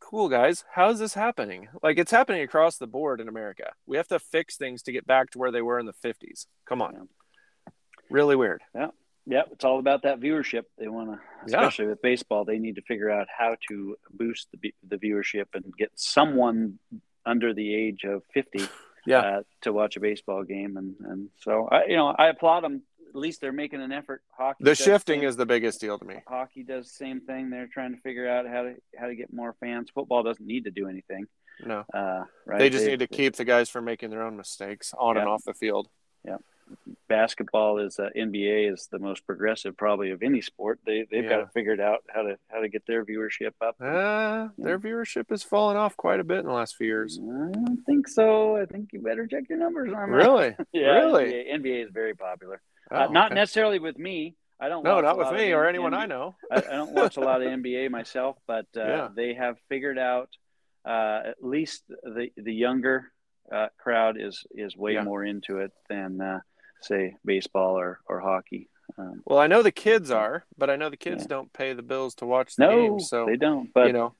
Speaker 3: cool guys how is this happening like it's happening across the board in america we have to fix things to get back to where they were in the 50s come on
Speaker 2: Yeah.
Speaker 3: really weird
Speaker 2: Yep, it's all about that viewership. They want to,
Speaker 3: Yeah.
Speaker 2: especially with baseball, they need to figure out how to boost the, the viewership and get someone under the age of 50
Speaker 3: Yeah.
Speaker 2: uh, to watch a baseball game. And, and so, I, you know, I applaud them. At least they're making an effort. Hockey
Speaker 3: the
Speaker 2: does
Speaker 3: shifting
Speaker 2: same-
Speaker 3: is the biggest deal to me
Speaker 2: hockey does the same thing. They're trying to figure out how to how to get more fans. Football doesn't need to do anything.
Speaker 3: no
Speaker 2: Uh, right?
Speaker 3: they just need to keep the guys from making their own mistakes on and
Speaker 2: Yeah.
Speaker 3: off the field
Speaker 2: basketball is uh, NBA is the most progressive probably of any sport. They they've got
Speaker 3: Yeah.
Speaker 2: it figured out how to how to get their viewership up.
Speaker 3: uh,
Speaker 2: Mm.
Speaker 3: their viewership has fallen off quite a bit in the last few years
Speaker 2: I don't think so. I think you better check your numbers on that.
Speaker 3: really
Speaker 2: Yeah,
Speaker 3: Really?
Speaker 2: NBA, NBA is very popular.
Speaker 3: Oh,
Speaker 2: Uh, not
Speaker 3: okay.
Speaker 2: necessarily with me. I don't.
Speaker 3: no
Speaker 2: watch a
Speaker 3: not with
Speaker 2: lot of
Speaker 3: me or
Speaker 2: N-
Speaker 3: anyone
Speaker 2: N-
Speaker 3: i know
Speaker 2: I, I don't watch a lot of NBA myself, but uh,
Speaker 3: Yeah.
Speaker 2: they have figured out uh, at least the the younger uh, crowd is is way
Speaker 3: Yeah.
Speaker 2: more into it than uh, say baseball or or hockey. Um,
Speaker 3: well i know the kids are but i know the kids
Speaker 2: Yeah.
Speaker 3: don't pay the bills to watch the
Speaker 2: no,
Speaker 3: game so
Speaker 2: they don't. But
Speaker 3: you know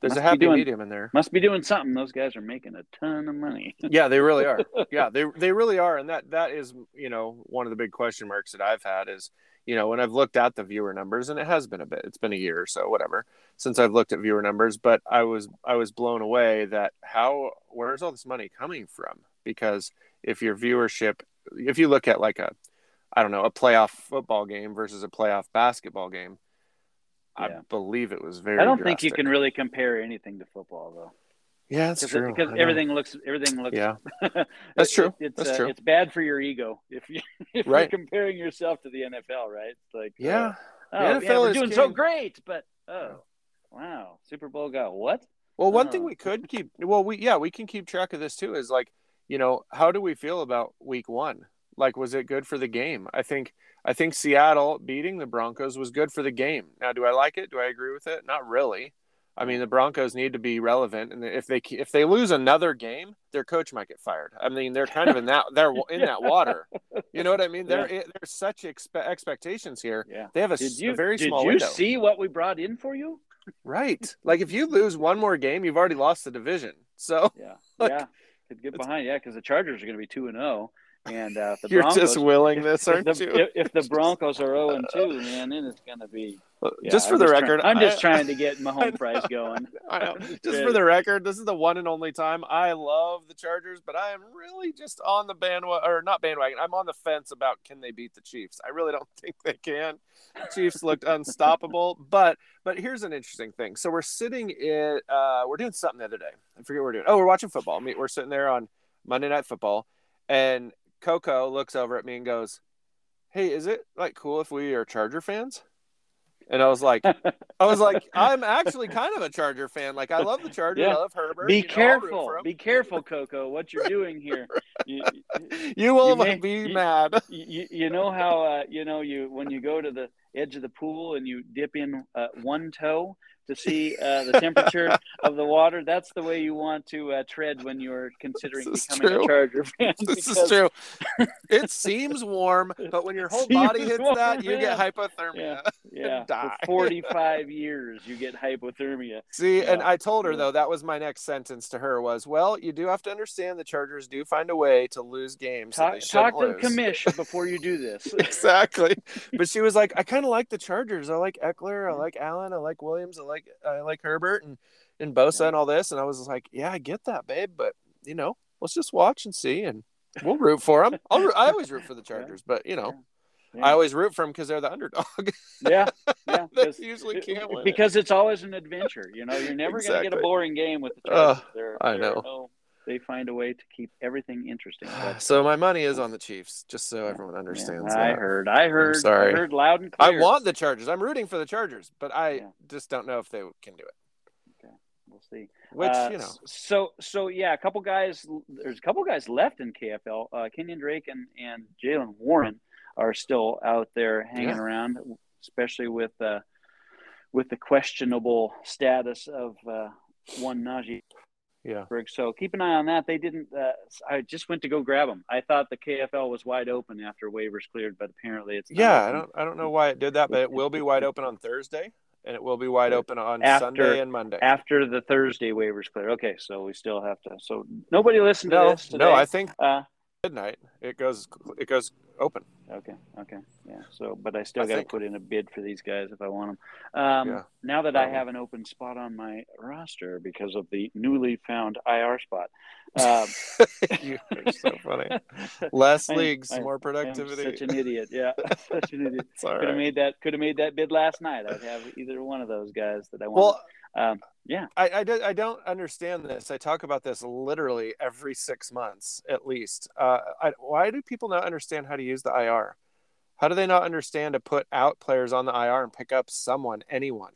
Speaker 3: there's
Speaker 2: must
Speaker 3: a
Speaker 2: be
Speaker 3: happy
Speaker 2: doing-
Speaker 3: medium in there
Speaker 2: must be doing something. Those guys are making a ton of money.
Speaker 3: yeah they really are yeah they, they really are and that that is you know one of the big question marks that i've had is you know when i've looked at the viewer numbers and it has been a bit it's been a year or so whatever since i've looked at viewer numbers but i was i was blown away that how where's all this money coming from because if your viewership if you look at like a i don't know a playoff football game versus a playoff basketball game i
Speaker 2: Yeah.
Speaker 3: believe it was very
Speaker 2: I don't think you
Speaker 3: drastic.
Speaker 2: can really compare anything to football though,
Speaker 3: yeah that's
Speaker 2: because
Speaker 3: true
Speaker 2: because
Speaker 3: I know.
Speaker 2: everything looks everything looks
Speaker 3: yeah
Speaker 2: It-
Speaker 3: that's true
Speaker 2: it- it's,
Speaker 3: That's
Speaker 2: uh,
Speaker 3: true.
Speaker 2: It's bad for your ego if you if
Speaker 3: Right.
Speaker 2: you're comparing yourself to the NFL, right? It's like uh,
Speaker 3: yeah
Speaker 2: oh,
Speaker 3: The
Speaker 2: yeah,
Speaker 3: NFL
Speaker 2: we're
Speaker 3: is
Speaker 2: doing so
Speaker 3: king.
Speaker 2: great, but oh wow, Super Bowl got what?
Speaker 3: Well, one thing
Speaker 2: Oh.
Speaker 3: we could keep well, we yeah, we can keep track of this too is like, you know, how do we feel about week 1? Like was it good for the game? I think I think Seattle beating the Broncos was good for the game. Now, do I like it? Do I agree with it? Not really. I mean, the Broncos need to be relevant and if they if they lose another game, their coach might get fired. I mean, they're kind of in that they're in that water. You know what I mean? There there's such expe- expectations here.
Speaker 2: Yeah.
Speaker 3: They have a,
Speaker 2: Did
Speaker 3: s- a
Speaker 2: you
Speaker 3: very
Speaker 2: did
Speaker 3: small
Speaker 2: you
Speaker 3: window.
Speaker 2: see what we brought in for you?
Speaker 3: Right. Like if you lose one more game, you've already lost the division. So
Speaker 2: Yeah,
Speaker 3: Look,
Speaker 2: yeah. Could get
Speaker 3: it's-
Speaker 2: behind, yeah, because the Chargers are going to be two and zero, and uh, if the
Speaker 3: you're
Speaker 2: Broncos.
Speaker 3: just willing this,
Speaker 2: if
Speaker 3: aren't
Speaker 2: the,
Speaker 3: you?
Speaker 2: if, if the Broncos are 0 and 2, man, then it's going to be. yeah,
Speaker 3: just for
Speaker 2: I'm
Speaker 3: the
Speaker 2: try-
Speaker 3: record,
Speaker 2: I'm just
Speaker 3: I-
Speaker 2: trying to get my
Speaker 3: I
Speaker 2: home
Speaker 3: know.
Speaker 2: price going.
Speaker 3: I know. Just
Speaker 2: Yeah.
Speaker 3: for the record, this is the one and only time I love the Chargers, but I am really just on the bandwagon, or not bandwagon. I'm on the fence about can they beat the Chiefs. I really don't think they can. The Chiefs looked unstoppable, but but here's an interesting thing. So we're sitting in, uh, we're doing something the other day. I forget what we're doing. Oh, we're watching football. I mean, we're sitting there on Monday Night Football, and Coco looks over at me and goes, "Hey, is it like cool if we are Charger fans?" And I was like, I was like, I'm actually kind of a Charger fan. Like, I love the Chargers.
Speaker 2: Yeah.
Speaker 3: I love Herbert.
Speaker 2: Be
Speaker 3: you know, I'll root
Speaker 2: careful.
Speaker 3: for 'em.
Speaker 2: Be careful, Coco, what you're doing here. You,
Speaker 3: You will
Speaker 2: You may-
Speaker 3: be
Speaker 2: you-
Speaker 3: mad.
Speaker 2: you, you know how, uh, you know, you when you go to the edge of the pool and you dip in uh, one toe to see uh, the temperature of the water? That's the way you want to uh, tread when you're considering
Speaker 3: This is
Speaker 2: becoming
Speaker 3: true.
Speaker 2: a Charger fan.
Speaker 3: This is
Speaker 2: because-
Speaker 3: true. It seems warm, but when your whole
Speaker 2: Seems
Speaker 3: body hits
Speaker 2: warm,
Speaker 3: that, you get
Speaker 2: yeah.
Speaker 3: hypothermia.
Speaker 2: Yeah, for
Speaker 3: die.
Speaker 2: 45 years, you get hypothermia.
Speaker 3: See, and
Speaker 2: Yeah.
Speaker 3: I told her
Speaker 2: Yeah.
Speaker 3: though that was my next sentence to her was, "Well, you do have to understand the Chargers do find a way to lose games. that
Speaker 2: Talk,
Speaker 3: they
Speaker 2: talk
Speaker 3: shouldn't
Speaker 2: to the
Speaker 3: lose."
Speaker 2: commish before you do this.
Speaker 3: exactly. But she was like, I kind of like the Chargers. I like Eckler. I like Allen. I like Williams. I like I like Herbert and and Bosa and all this. And I was just like, Yeah, I get that, babe. But you know, let's just watch and see, and we'll root for them. I'll, root- I always root for the Chargers, but you know,
Speaker 2: Yeah.
Speaker 3: I always root for them because they're the underdog.
Speaker 2: Yeah, yeah.
Speaker 3: they
Speaker 2: 'cause-
Speaker 3: usually can't win. it.
Speaker 2: because it's always an adventure. You know, you're never going to get
Speaker 3: Exactly.
Speaker 2: a boring game with the
Speaker 3: Ugh,
Speaker 2: Chargers. They're-
Speaker 3: I
Speaker 2: they're
Speaker 3: know.
Speaker 2: no- they find a way to keep everything interesting. But,
Speaker 3: so my money is on the Chiefs, just so everyone
Speaker 2: man,
Speaker 3: understands.
Speaker 2: I
Speaker 3: that.
Speaker 2: heard. I heard.
Speaker 3: sorry.
Speaker 2: I heard loud and
Speaker 3: I
Speaker 2: clear.
Speaker 3: want the Chargers. I'm rooting for the Chargers, but I
Speaker 2: Yeah.
Speaker 3: just don't know if they can do it.
Speaker 2: We'll see.
Speaker 3: Which
Speaker 2: Uh,
Speaker 3: you know,
Speaker 2: So so yeah, a couple guys. There's a couple guys left in KFL. Uh, Kenyon Drake and and Jalen Warren are still out there hanging
Speaker 3: Yeah.
Speaker 2: around, especially with uh, with the questionable status of uh, one Najee
Speaker 3: yeah.
Speaker 2: Pittsburgh. So keep an eye on that. They didn't. Uh, I just went to go grab them. I thought the KFL was wide open after waivers cleared, but apparently it's not
Speaker 3: Yeah, I
Speaker 2: open.
Speaker 3: don't I don't know why it did that, but it will be wide open on Thursday. and it will be wide open on
Speaker 2: After-
Speaker 3: Sunday and Monday.
Speaker 2: after the Thursday waivers clear. Okay, so we still have to. So nobody listened to
Speaker 3: no,
Speaker 2: this today.
Speaker 3: no, I think
Speaker 2: uh,
Speaker 3: midnight it goes it goes open.
Speaker 2: okay, okay, yeah. So, but I still
Speaker 3: I
Speaker 2: got to
Speaker 3: think-
Speaker 2: put in a bid for these guys if I want them. Um,
Speaker 3: Yeah.
Speaker 2: Now that I
Speaker 3: Probably.
Speaker 2: have an open spot on my roster because of the newly found IR spot, um,
Speaker 3: you are so funny. Less
Speaker 2: I'm-
Speaker 3: leagues,
Speaker 2: I'm-
Speaker 3: more
Speaker 2: I'm such
Speaker 3: productivity.
Speaker 2: an idiot. Yeah, such an idiot.
Speaker 3: It's all
Speaker 2: Could have
Speaker 3: right.
Speaker 2: made that. Could have made that bid last night. I'd have either one of those guys that I want.
Speaker 3: Well,
Speaker 2: um, yeah.
Speaker 3: I, I, do, I don't understand this. I talk about this literally every six months at least. Uh, I, why do people not understand how to use the IR? How do they not understand to put out players on the IR and pick up someone, anyone?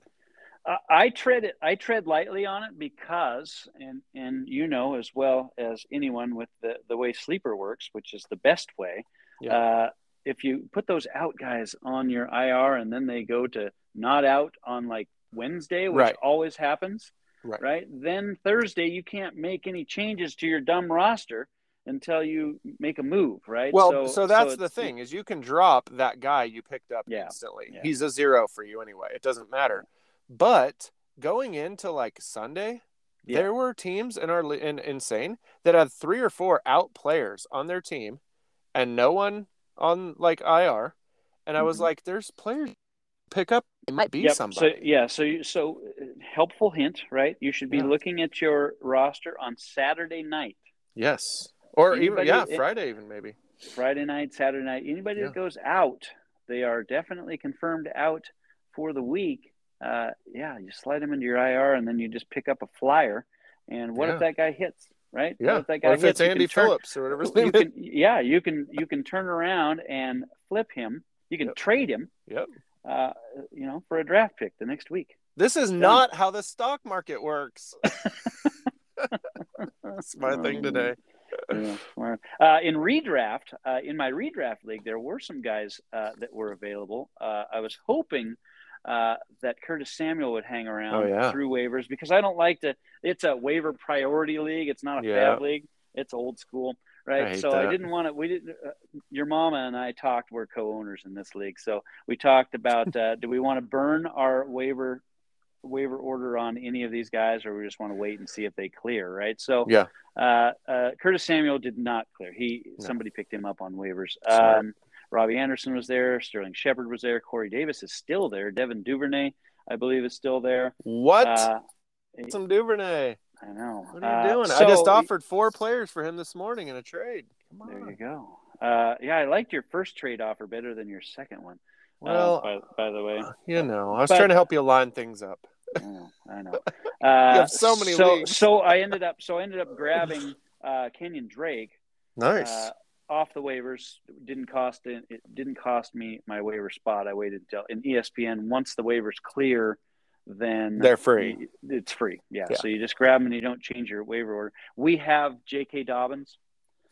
Speaker 2: I- Uh, I tread it. I tread lightly on it because, and and you know as well as anyone with the the way sleeper works, which is the best way.
Speaker 3: Yeah.
Speaker 2: Uh, if you put those out guys on your IR and then they go to not out on like Wednesday, which
Speaker 3: Right.
Speaker 2: always happens,
Speaker 3: Right.
Speaker 2: Then Thursday you can't make any changes to your dumb roster until you make a move, right?
Speaker 3: Well, so, that's the
Speaker 2: it's-
Speaker 3: thing is you can drop that guy you picked up
Speaker 2: Yeah,
Speaker 3: instantly.
Speaker 2: yeah.
Speaker 3: He's a zero for you anyway. It doesn't matter. But going into like Sunday,
Speaker 2: Yeah.
Speaker 3: there were teams in our li- in insane that had three or four out players on their team, and no one on like IR. And I was
Speaker 2: Mhm.
Speaker 3: like, "There's players pick up. It might be
Speaker 2: Yep,
Speaker 3: somebody."
Speaker 2: So yeah, so you- so uh, helpful hint, right? You should be
Speaker 3: Yeah.
Speaker 2: looking at your roster on Saturday night,
Speaker 3: yes, or even
Speaker 2: Anybody-
Speaker 3: yeah,
Speaker 2: it-
Speaker 3: Friday even maybe.
Speaker 2: Friday night, Saturday night. Anybody
Speaker 3: Yeah.
Speaker 2: that goes out, they are definitely confirmed out for the week. Uh, yeah, you slide them into your IR, and then you just pick up a flyer. And what
Speaker 3: Yeah.
Speaker 2: if that guy hits? Right? What
Speaker 3: Yeah,
Speaker 2: if that guy
Speaker 3: or if
Speaker 2: hits?
Speaker 3: it's
Speaker 2: you can
Speaker 3: Andy
Speaker 2: turn-
Speaker 3: Phillips or whatever. His
Speaker 2: you
Speaker 3: name is.
Speaker 2: can, yeah, you can you can turn around and flip him. You can
Speaker 3: Yep.
Speaker 2: trade him.
Speaker 3: Yep.
Speaker 2: Uh, you know, for a draft pick the next week.
Speaker 3: This is not how the stock market works. That's my thing today.
Speaker 2: Yeah, well, uh, in redraft, uh, in my redraft league, there were some guys uh, that were available. Uh, I was hoping uh, that Curtis Samuel would hang around
Speaker 3: Oh, yeah.
Speaker 2: through waivers because I don't like to. It's a waiver priority league. It's not a
Speaker 3: Yeah.
Speaker 2: fab league. It's old school,
Speaker 3: I
Speaker 2: right?
Speaker 3: hate
Speaker 2: so I
Speaker 3: that.
Speaker 2: didn't want to. We didn't. Uh, your mama and I talked. We're co-owners in this league, so we talked about uh, do we want to burn our waiver waiver order on any of these guys, or we just want to wait and see if they clear, right? So
Speaker 3: Yeah.
Speaker 2: uh, uh, Curtis Samuel did not clear. He
Speaker 3: No.
Speaker 2: somebody picked him up on waivers.
Speaker 3: Smart.
Speaker 2: Um, Robbie Anderson was there. Sterling Shepard was there. Corey Davis is still there. Devin Duvernay, I believe, is still there.
Speaker 3: What?
Speaker 2: Uh,
Speaker 3: Some Duvernay.
Speaker 2: I know.
Speaker 3: What are
Speaker 2: Uh,
Speaker 3: you doing? I
Speaker 2: so- Oh,
Speaker 3: just offered four players for him this morning in a trade. Come
Speaker 2: There you
Speaker 3: on.
Speaker 2: go. Uh, yeah, I liked your first trade offer better than your second one. uh,
Speaker 3: Well,
Speaker 2: by, by the way,
Speaker 3: you know, I was
Speaker 2: but-
Speaker 3: trying to help you line things up.
Speaker 2: I know. I know. Uh,
Speaker 3: have so many
Speaker 2: So,
Speaker 3: leagues.
Speaker 2: so I ended up. So I ended up grabbing uh, Kenyon Drake.
Speaker 3: Nice.
Speaker 2: uh, off the waivers. Didn't cost it didn't cost me my waiver spot. I waited until in E ESPN. Once the waivers clear, then
Speaker 3: They're free.
Speaker 2: you- it's free. Yeah.
Speaker 3: Yeah.
Speaker 2: So you just grab them and you don't change your waiver order. We have J.K. Dobbins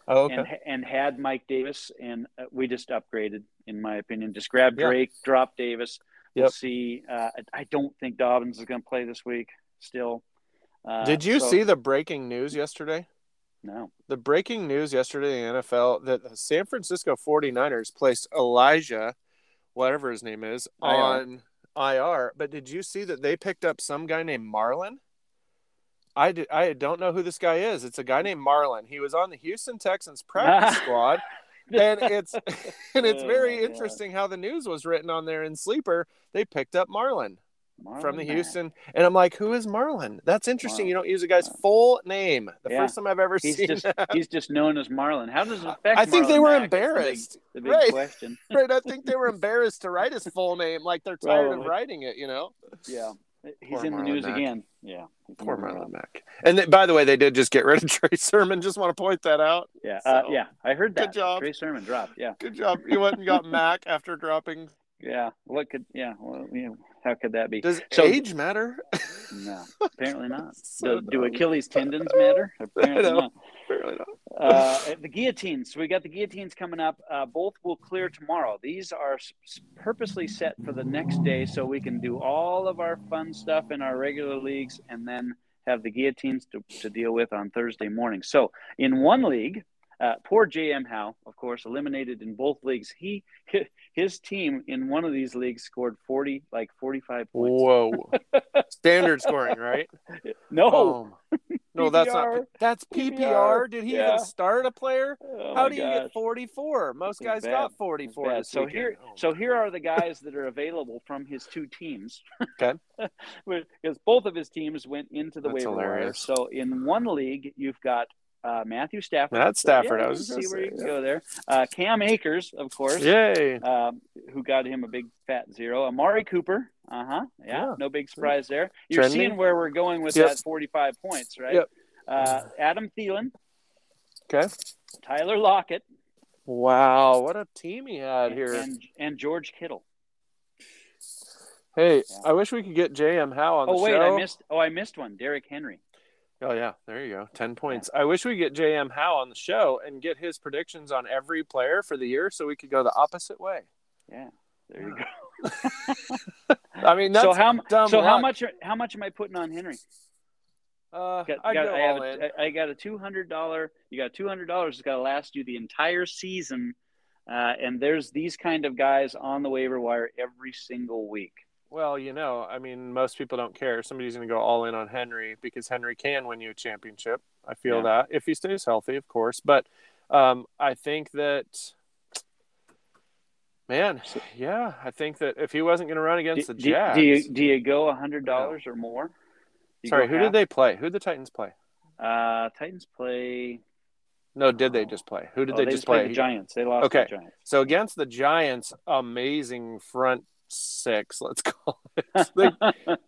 Speaker 3: Oh, okay.
Speaker 2: and and had Mike Davis, and uh, we just upgraded. In my opinion, just grab
Speaker 3: Yeah.
Speaker 2: Drake, drop Davis. We'll
Speaker 3: Yep.
Speaker 2: see. Uh, I- I don't think Dobbins is going to play this week. Still. Uh,
Speaker 3: Did you
Speaker 2: so-
Speaker 3: see the breaking news yesterday?
Speaker 2: No.
Speaker 3: The breaking news yesterday in the NFL that the San Francisco 49ers placed Elijah, whatever his name is,
Speaker 2: IR.
Speaker 3: on IR. But did you see that they picked up some guy named Marlin? I, did, I don't know who this guy is. It's a guy named Marlin. He was on the Houston Texans practice squad. and it's and it's
Speaker 2: Oh,
Speaker 3: very
Speaker 2: my God.
Speaker 3: interesting how the news was written on there in sleeper they picked up marlin from
Speaker 2: Marlon
Speaker 3: the
Speaker 2: Mack.
Speaker 3: houston and i'm like who is marlin that's interesting
Speaker 2: Wow.
Speaker 3: you don't use a guy's full name the
Speaker 2: Yeah.
Speaker 3: first time i've ever
Speaker 2: He's
Speaker 3: seen
Speaker 2: just
Speaker 3: that.
Speaker 2: he's just known as Marlin. How does it affect?
Speaker 3: i think they
Speaker 2: Marlon
Speaker 3: were
Speaker 2: Mack is the big-
Speaker 3: embarrassed
Speaker 2: The big
Speaker 3: Right.
Speaker 2: question.
Speaker 3: right i think they were embarrassed to write his full name like they're tired of
Speaker 2: Probably.
Speaker 3: writing it you know
Speaker 2: Yeah, he's
Speaker 3: Poor
Speaker 2: in the
Speaker 3: Marlon
Speaker 2: news
Speaker 3: Mack.
Speaker 2: again. Yeah, he's
Speaker 3: poor
Speaker 2: in the news.
Speaker 3: marlin mack and th- by the way they did just get rid of trey sermon just want to point that out
Speaker 2: Yeah, uh,
Speaker 3: So,
Speaker 2: yeah, I heard
Speaker 3: good
Speaker 2: that.
Speaker 3: job.
Speaker 2: Trey Sermon dropped. Yeah,
Speaker 3: good job you went and got mack after dropping
Speaker 2: yeah. What could? Yeah, well, you know, how could that be?
Speaker 3: does
Speaker 2: So-
Speaker 3: age matter
Speaker 2: No, apparently not. Do,
Speaker 3: So
Speaker 2: do
Speaker 3: dumb.
Speaker 2: Achilles tendons matter? Apparently
Speaker 3: know.
Speaker 2: not.
Speaker 3: Apparently not.
Speaker 2: uh, the guillotines. We got the guillotines coming up. Uh, both will clear tomorrow. These are s- s- purposely set for the next day so we can do all of our fun stuff in our regular leagues and then have the guillotines to, to deal with on Thursday morning. So, in one league, Uh, poor J.M. Howe, of course, eliminated in both leagues. He his team in one of these leagues scored forty, like forty-five points.
Speaker 3: Whoa. Standard scoring, right?
Speaker 2: No,
Speaker 3: Um, no, that's not.
Speaker 2: PPR.
Speaker 3: That's PPR. Did he
Speaker 2: Yeah.
Speaker 3: even start a player?
Speaker 2: Oh
Speaker 3: How
Speaker 2: my
Speaker 3: do you get
Speaker 2: gosh.
Speaker 3: 44? Most
Speaker 2: It was
Speaker 3: guys
Speaker 2: bad.
Speaker 3: got
Speaker 2: It's
Speaker 3: 44.
Speaker 2: bad.
Speaker 3: This
Speaker 2: So
Speaker 3: weekend.
Speaker 2: here,
Speaker 3: Oh,
Speaker 2: so
Speaker 3: my
Speaker 2: here
Speaker 3: God.
Speaker 2: are the guys that are available from his two teams.
Speaker 3: Okay.
Speaker 2: because both of his teams went into the
Speaker 3: That's
Speaker 2: waiver wire.
Speaker 3: hilarious.
Speaker 2: So in one league, you've got uh, Matthew Stafford.
Speaker 3: Matt Stafford,
Speaker 2: Yeah,
Speaker 3: I
Speaker 2: you
Speaker 3: was
Speaker 2: can
Speaker 3: gonna
Speaker 2: see where
Speaker 3: say,
Speaker 2: you can
Speaker 3: yeah.
Speaker 2: go there. Uh, Cam Akers, of course.
Speaker 3: Yay.
Speaker 2: Um, who got him a big fat zero? Amari Cooper. Uh huh. Yeah,
Speaker 3: Yeah.
Speaker 2: No big surprise there. You're
Speaker 3: Trending.
Speaker 2: seeing where we're going with
Speaker 3: Yep.
Speaker 2: that 45 points, right?
Speaker 3: Yep.
Speaker 2: Uh, Adam Thielen,
Speaker 3: Okay.
Speaker 2: Tyler Lockett,
Speaker 3: Wow. What a team he had
Speaker 2: and,
Speaker 3: here.
Speaker 2: and and George Kittle.
Speaker 3: hey,
Speaker 2: Yeah.
Speaker 3: I wish we could get JM Howe on
Speaker 2: Oh
Speaker 3: the
Speaker 2: wait,
Speaker 3: show.
Speaker 2: I missed. Oh, I missed one. Derrick Henry.
Speaker 3: Oh yeah, there you go. Ten points. I wish we could get JM Howe on the show and get his predictions on every player for the year, so we could go the opposite way.
Speaker 2: There you go.
Speaker 3: I mean, that's
Speaker 2: so how m-
Speaker 3: dumb
Speaker 2: so how
Speaker 3: luck.
Speaker 2: much are- how much am I putting on Henry?
Speaker 3: Uh,
Speaker 2: Got-
Speaker 3: I'd
Speaker 2: got-
Speaker 3: go
Speaker 2: I, have
Speaker 3: all in.
Speaker 2: a, I I got a two hundred dollar. You got two hundred dollars. It's got to last you the entire season. Uh, and there's these kind of guys on the waiver wire every single week.
Speaker 3: Well, you know, I mean, most people don't care. Somebody's going to go all in on Henry because Henry can win you a championship. I feel
Speaker 2: Yeah.
Speaker 3: that if he stays healthy, of course. But um, I think that, man, yeah, I think that if he wasn't going to run
Speaker 2: Do,
Speaker 3: against the
Speaker 2: do-
Speaker 3: Jacks,
Speaker 2: do you do you go hundred dollars or more? You
Speaker 3: sorry,
Speaker 2: go
Speaker 3: who did they play? Who did the Titans play?
Speaker 2: half. Uh, Titans play.
Speaker 3: No, did they
Speaker 2: Oh.
Speaker 3: just play? Who did
Speaker 2: oh,
Speaker 3: they, just play?
Speaker 2: The Giants. They lost.
Speaker 3: Okay.
Speaker 2: To the Giants.
Speaker 3: So against the Giants, amazing front six, let's call it. Like,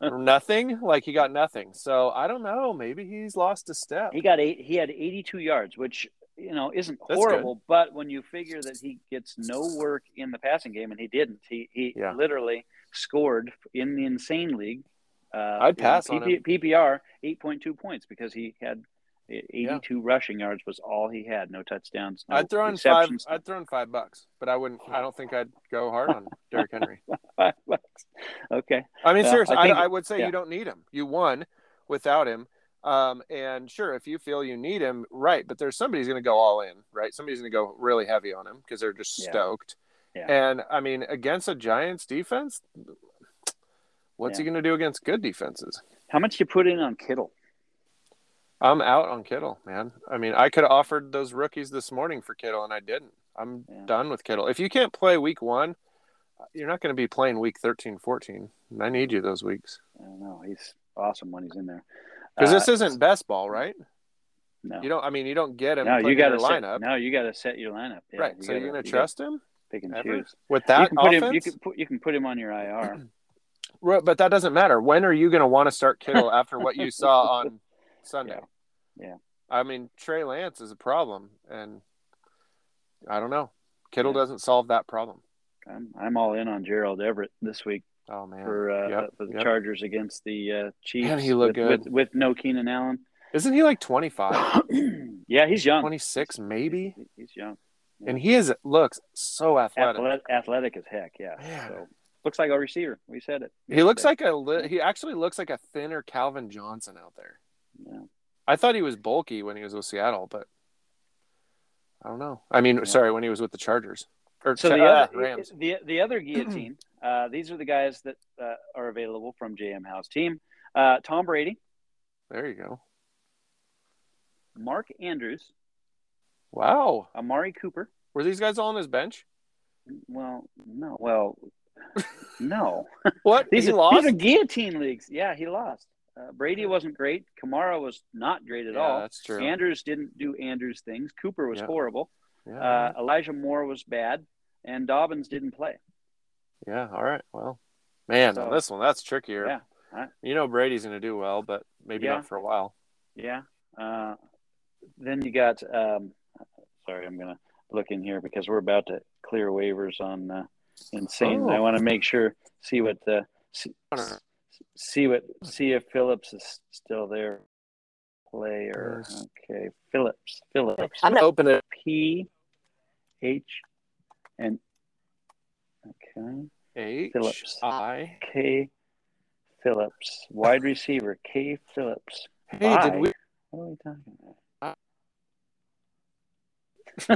Speaker 3: nothing. Like he got nothing. So I don't know. Maybe he's lost a step.
Speaker 2: He got eight. He had 82 yards, which you know isn't
Speaker 3: That's
Speaker 2: horrible. But when you figure that he gets no work in the passing game, and he didn't, he he
Speaker 3: Yeah.
Speaker 2: literally scored in the insane league. Uh,
Speaker 3: I'd
Speaker 2: you know,
Speaker 3: pass on him.
Speaker 2: PPR 8.2 points because he had 82 rushing yards was all he had. No touchdowns. No
Speaker 3: I'd throw in five.
Speaker 2: receptions.
Speaker 3: I'd throw in five bucks, but I wouldn't. I don't think I'd go hard on Derrick Henry.
Speaker 2: Five bucks. okay.
Speaker 3: I mean,
Speaker 2: Yeah,
Speaker 3: seriously,
Speaker 2: I
Speaker 3: I,
Speaker 2: think-
Speaker 3: I would say
Speaker 2: yeah.
Speaker 3: you don't need him. You won without him. Um, and sure, if you feel you need him, right? But there's somebody's going to go all in, right? Somebody's going to go really heavy on him because they're just
Speaker 2: Yeah.
Speaker 3: stoked.
Speaker 2: Yeah.
Speaker 3: And I mean, against a Giants defense, what's he going to do against good defenses?
Speaker 2: How much you put in on Kittle?
Speaker 3: I'm out on Kittle, man. I mean, I could have offered those rookies this morning for Kittle, and I didn't. I'm
Speaker 2: Yeah.
Speaker 3: done with Kittle. If you can't play week one, you're not going to be playing week 13, 14. And I need you those weeks
Speaker 2: I don't know. He's awesome when he's in there.
Speaker 3: because
Speaker 2: Uh,
Speaker 3: this isn't best ball, right?
Speaker 2: no.
Speaker 3: You don't. I mean, you don't get him.
Speaker 2: No,
Speaker 3: put
Speaker 2: you
Speaker 3: him in
Speaker 2: got to
Speaker 3: your
Speaker 2: set.
Speaker 3: lineup,
Speaker 2: No, you got to set your lineup. Yeah,
Speaker 3: right?
Speaker 2: you
Speaker 3: so you're
Speaker 2: gotta-
Speaker 3: going to
Speaker 2: you gotta
Speaker 3: trust him
Speaker 2: pick and
Speaker 3: ever?
Speaker 2: choose.
Speaker 3: with
Speaker 2: you
Speaker 3: that
Speaker 2: can put
Speaker 3: offense.
Speaker 2: him. You can put. You can put him on your IR.
Speaker 3: Right, But that doesn't matter. When are you going to want to start Kittle after what you saw on Sunday?
Speaker 2: Yeah. Yeah.
Speaker 3: I mean, Trey Lance is a problem, and I don't know. Kittle
Speaker 2: Yeah.
Speaker 3: doesn't solve that problem.
Speaker 2: I'm, I'm all in on Gerald Everett this week
Speaker 3: Oh man,
Speaker 2: for uh,
Speaker 3: Yep,
Speaker 2: for the
Speaker 3: yep.
Speaker 2: Chargers against the uh, Chiefs.
Speaker 3: Man, he looked
Speaker 2: with,
Speaker 3: good. Uh,
Speaker 2: with, with no Keenan Allen.
Speaker 3: isn't he like 25,
Speaker 2: yeah, he's young.
Speaker 3: 26 maybe?
Speaker 2: He- He's young.
Speaker 3: And he is looks so athletic.
Speaker 2: Athletic, athletic as heck. Yeah.
Speaker 3: Man.
Speaker 2: So looks like a receiver. We said it.
Speaker 3: He looks like a li- he actually looks like a thinner Calvin Johnson out there.
Speaker 2: Yeah.
Speaker 3: I thought he was bulky when he was with Seattle, but I don't know. I mean,
Speaker 2: Yeah.
Speaker 3: sorry, when he was with the Chargers or
Speaker 2: So
Speaker 3: Ch-
Speaker 2: the
Speaker 3: uh,
Speaker 2: other
Speaker 3: Rams.
Speaker 2: the the other guillotine. uh, these are the guys that uh, are available from JM House team. Uh, Tom Brady,
Speaker 3: There you go.
Speaker 2: Mark Andrews,
Speaker 3: Wow,
Speaker 2: Amari Cooper.
Speaker 3: were these guys all on his bench?
Speaker 2: Well, no. Well, no.
Speaker 3: What
Speaker 2: These,
Speaker 3: he
Speaker 2: are,
Speaker 3: lost?
Speaker 2: these are guillotine leagues. Yeah, he lost. Uh, Brady wasn't great. Kamara was not great at
Speaker 3: yeah,
Speaker 2: all.
Speaker 3: that's true.
Speaker 2: Andrews didn't do Andrews things. Cooper was
Speaker 3: Yeah. Uh-huh.
Speaker 2: horrible.
Speaker 3: yeah,
Speaker 2: Uh, Elijah Moore was bad, and Dobbins didn't play.
Speaker 3: yeah, all right. Well, man,
Speaker 2: So-
Speaker 3: on this one that's trickier.
Speaker 2: Yeah, I-
Speaker 3: You know Brady's going to do well, but maybe
Speaker 2: Yeah.
Speaker 3: not for a while.
Speaker 2: Yeah. Uh, then you got. Um, sorry, I'm gonna look in here because we're about to clear waivers on uh, insane.
Speaker 3: Oh.
Speaker 2: I want to make sure see what uh, see,
Speaker 3: Hunter.
Speaker 2: see what see if Phillips is still there. Player.
Speaker 3: Yes.
Speaker 2: Okay, Phillips. Phillips.
Speaker 3: I'm gonna open it.
Speaker 2: P H and okay
Speaker 3: H
Speaker 2: Phillips.
Speaker 3: I.
Speaker 2: K Phillips, wide receiver K Phillips.
Speaker 3: Hey,
Speaker 2: Bye.
Speaker 3: did we?
Speaker 2: What are we talking about?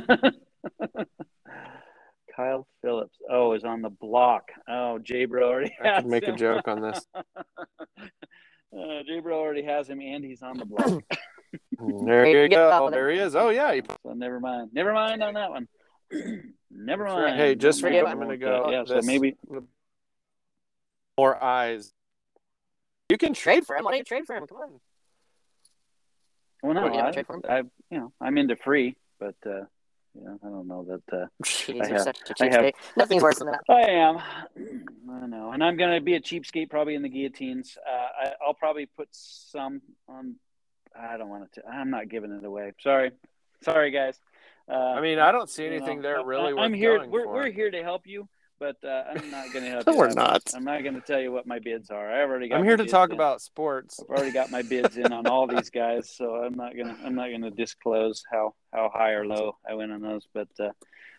Speaker 2: Kyle Phillips. Oh, is on the block. Oh, Jay Bro already.
Speaker 3: I
Speaker 2: has
Speaker 3: could make a
Speaker 2: him.
Speaker 3: joke on this.
Speaker 2: Uh, Jay Bro already has him, and he's on the block.
Speaker 3: There you go. There he is. Oh yeah, he
Speaker 2: so never mind. Never mind on that one. never
Speaker 3: That's
Speaker 2: mind.
Speaker 3: right. Hey, just
Speaker 2: Don't
Speaker 3: for-
Speaker 2: worry
Speaker 3: I'm gonna
Speaker 2: about
Speaker 3: go
Speaker 2: that. Yeah, so
Speaker 3: this-
Speaker 2: maybe
Speaker 3: more eyes. You can trade for
Speaker 4: Trade for
Speaker 3: him.
Speaker 4: him. Why don't you trade for him? Come on.
Speaker 2: Well, no,
Speaker 4: Well, yeah,
Speaker 2: I,
Speaker 4: trade for him.
Speaker 2: I, you know, I'm into free, but uh, you know, I don't know that uh,
Speaker 4: Jeez,
Speaker 2: I have-
Speaker 4: you're such a cheapskate.
Speaker 2: have-
Speaker 4: Nothing's worse than that.
Speaker 2: I am. I know, and I'm gonna be a cheapskate probably in the guillotines. Uh, I, I'll probably put some on. I don't want it to. I'm not giving it away. Sorry, sorry guys. Uh,
Speaker 3: I mean, I don't see
Speaker 2: you know,
Speaker 3: anything
Speaker 2: I-
Speaker 3: there really.
Speaker 2: I,
Speaker 3: worth
Speaker 2: I'm here.
Speaker 3: going
Speaker 2: We're
Speaker 3: for.
Speaker 2: we're here to help you, but uh, I'm not gonna help
Speaker 3: No,
Speaker 2: you.
Speaker 3: we're
Speaker 2: I'm-
Speaker 3: not.
Speaker 2: I'm not gonna tell you what my bids are. I already. Got
Speaker 3: I'm
Speaker 2: my
Speaker 3: here to
Speaker 2: bids
Speaker 3: talk
Speaker 2: in.
Speaker 3: about sports.
Speaker 2: I've already got my bids in on all these guys, so I'm not gonna I'm not gonna disclose how how high or low I went on those. But uh,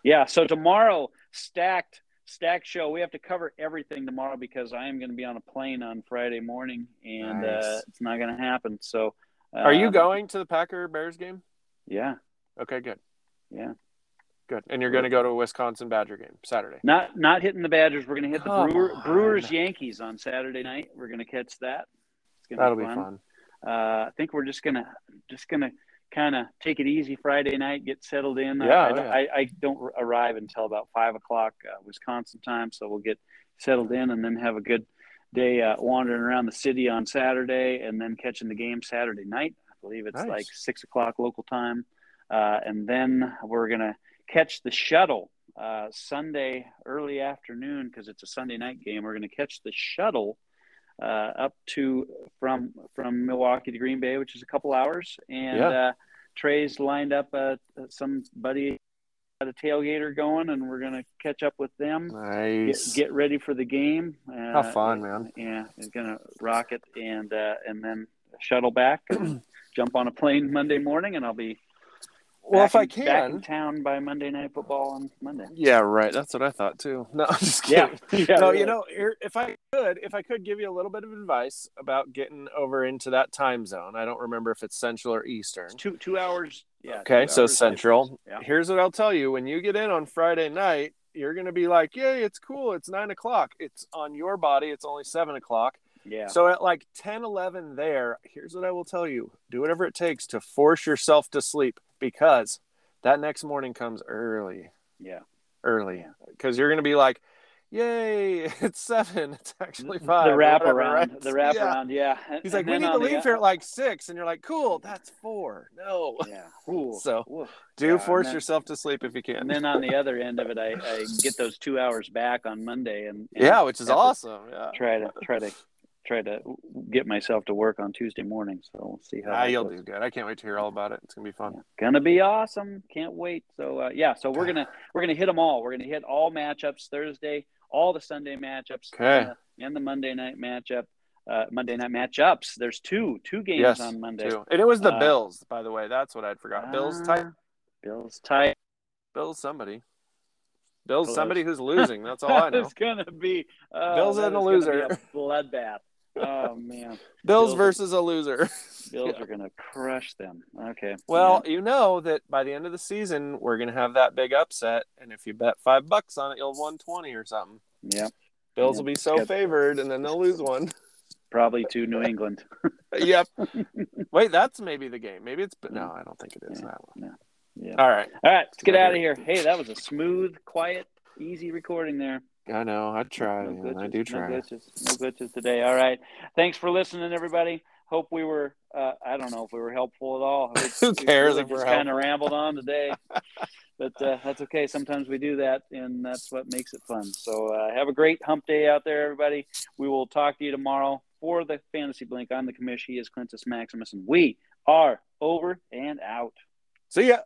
Speaker 2: yeah, so tomorrow stacked stack show. We have to cover everything tomorrow because I am going to be on a plane on Friday morning, and uh,
Speaker 3: Nice.
Speaker 2: it's not going to happen. So uh,
Speaker 3: Are you going to the Packer Bears game?
Speaker 2: Yeah,
Speaker 3: Okay, good.
Speaker 2: Yeah.
Speaker 3: Good. And you're going to go to a Wisconsin Badger game Saturday.
Speaker 2: not not hitting the Badgers. We're going to hit the
Speaker 3: Come
Speaker 2: Brewer,
Speaker 3: on.
Speaker 2: Brewers Yankees on Saturday night. We're going to catch that. It's going to
Speaker 3: That'll be fun.
Speaker 2: Uh, I think we're just gonna just gonna kind of take it easy Friday night, get settled in. I-
Speaker 3: Yeah,
Speaker 2: I,
Speaker 3: oh, yeah.
Speaker 2: I, I don't r- arrive until about five o'clock uh, Wisconsin time, so we'll get settled in and then have a good day uh, wandering around the city on Saturday, and then catching the game Saturday night. I believe it's
Speaker 3: Nice.
Speaker 2: like six o'clock local time, uh, and then we're gonna catch the shuttle uh, Sunday early afternoon because it's a Sunday night game. We're going to catch the shuttle uh, up to from from Milwaukee to Green Bay, which is a couple hours. And
Speaker 3: Yeah.
Speaker 2: uh, Trey's lined up uh, some buddy at a tailgater going, and we're going to catch up with them. Get,
Speaker 3: Nice.
Speaker 2: get ready for the game. Uh,
Speaker 3: How fun, man.
Speaker 2: Yeah, it's gonna rock it, and uh, and then shuttle back, and jump on a plane Monday morning, and I'll be
Speaker 3: Well, if I
Speaker 2: back in- back in
Speaker 3: can.
Speaker 2: town by Monday night football on Monday.
Speaker 3: Yeah, right. That's what I thought too. No, I'm just kidding.
Speaker 2: Yeah. yeah
Speaker 3: no,
Speaker 2: really.
Speaker 3: you know, here- if I could, if I could give you a little bit of advice about getting over into that time zone. I don't remember if it's central or eastern.
Speaker 2: It's two two hours. Yeah.
Speaker 3: Okay,
Speaker 2: two
Speaker 3: so
Speaker 2: hours
Speaker 3: central.
Speaker 2: difference.
Speaker 3: Here's what I'll tell you: when you get in on Friday night, you're gonna be like, "Yay, it's cool! It's nine o'clock. It's on your body. It's only seven o'clock."
Speaker 2: Yeah.
Speaker 3: So at like 10, 11 there, here's what I will tell you: do whatever it takes to force yourself to sleep because that next morning comes early,
Speaker 2: Yeah.
Speaker 3: early,
Speaker 2: Yeah.
Speaker 3: because you're gonna be like, "Yay, it's seven. It's actually
Speaker 2: The
Speaker 3: five. or
Speaker 2: wrap
Speaker 3: uh, whatever,
Speaker 2: around.
Speaker 3: right?
Speaker 2: The
Speaker 3: Yeah.
Speaker 2: wrap around. Yeah. And-
Speaker 3: He's
Speaker 2: and
Speaker 3: like, "We
Speaker 2: then
Speaker 3: need to
Speaker 2: on the-
Speaker 3: leave here at like six. and you're like, "Cool, that's four. No,
Speaker 2: Yeah. Ooh,
Speaker 3: So,
Speaker 2: ooh.
Speaker 3: do
Speaker 2: Yeah, and
Speaker 3: force
Speaker 2: then-
Speaker 3: yourself to sleep if you can."
Speaker 2: And then on the other end of it, I, I get those two hours back on Monday, and, and
Speaker 3: Yeah, which is
Speaker 2: have to
Speaker 3: awesome. Yeah.
Speaker 2: Try to try to try to get myself to work on Tuesday morning. So we'll see how.
Speaker 3: Ah,
Speaker 2: that
Speaker 3: you'll
Speaker 2: goes.
Speaker 3: do good. I can't wait to hear all about it. It's gonna be fun.
Speaker 2: Yeah. Gonna be awesome. Can't wait. So uh, yeah, so we're gonna we're gonna hit them all. We're gonna hit all matchups Thursday, all the Sunday matchups,
Speaker 3: Okay.
Speaker 2: and, the, and the Monday night matchup. Uh, Monday night matchups. There's two two games
Speaker 3: Yes,
Speaker 2: on Monday.
Speaker 3: Too. And it was the
Speaker 2: Uh,
Speaker 3: Bills, by the way. That's what I'd forgot. Uh, Bills, tight.
Speaker 2: Ah, Bills tight.
Speaker 3: Bills, somebody. Bills,
Speaker 2: Close.
Speaker 3: somebody who's losing. That's all I know.
Speaker 2: It's gonna be uh,
Speaker 3: Bills
Speaker 2: that
Speaker 3: and a
Speaker 2: is gonna be
Speaker 3: loser.
Speaker 2: a bloodbath. Oh man,
Speaker 3: Bills
Speaker 2: Bills-
Speaker 3: versus a loser.
Speaker 2: Bills
Speaker 3: Yeah.
Speaker 2: are gonna crush them. Okay.
Speaker 3: Well, you know that by the end of the season, we're gonna have that big upset, and if you bet five bucks on it, you'll have one twenty or something.
Speaker 2: yeah, yeah,
Speaker 3: Bills
Speaker 2: Yeah,
Speaker 3: will be so
Speaker 2: good.
Speaker 3: favored, and then they'll lose one.
Speaker 2: probably to New England.
Speaker 3: yep. Wait, that's maybe the game. Maybe it's. But no, I don't think it is
Speaker 2: Yeah.
Speaker 3: that one.
Speaker 2: Yeah.
Speaker 3: All right.
Speaker 2: All right, let's get
Speaker 3: Whatever.
Speaker 2: out of here. Hey, that was a smooth, quiet, easy recording there.
Speaker 3: I know. I try.
Speaker 2: No
Speaker 3: man. I
Speaker 2: glitches,
Speaker 3: do try.
Speaker 2: No glitches, no glitches today. All right. Thanks for listening, everybody. Hope we were. Uh, I don't know if we were helpful at all. It's-
Speaker 3: Who
Speaker 2: it's
Speaker 3: cares
Speaker 2: really
Speaker 3: if we're
Speaker 2: just kind of rambled on today, but uh, that's okay. Sometimes we do that, and that's what makes it fun. So uh, have a great hump day out there, everybody. We will talk to you tomorrow for the fantasy blink. I'm the commish. He is Clintus Maximus, and we are over and out.
Speaker 3: See ya.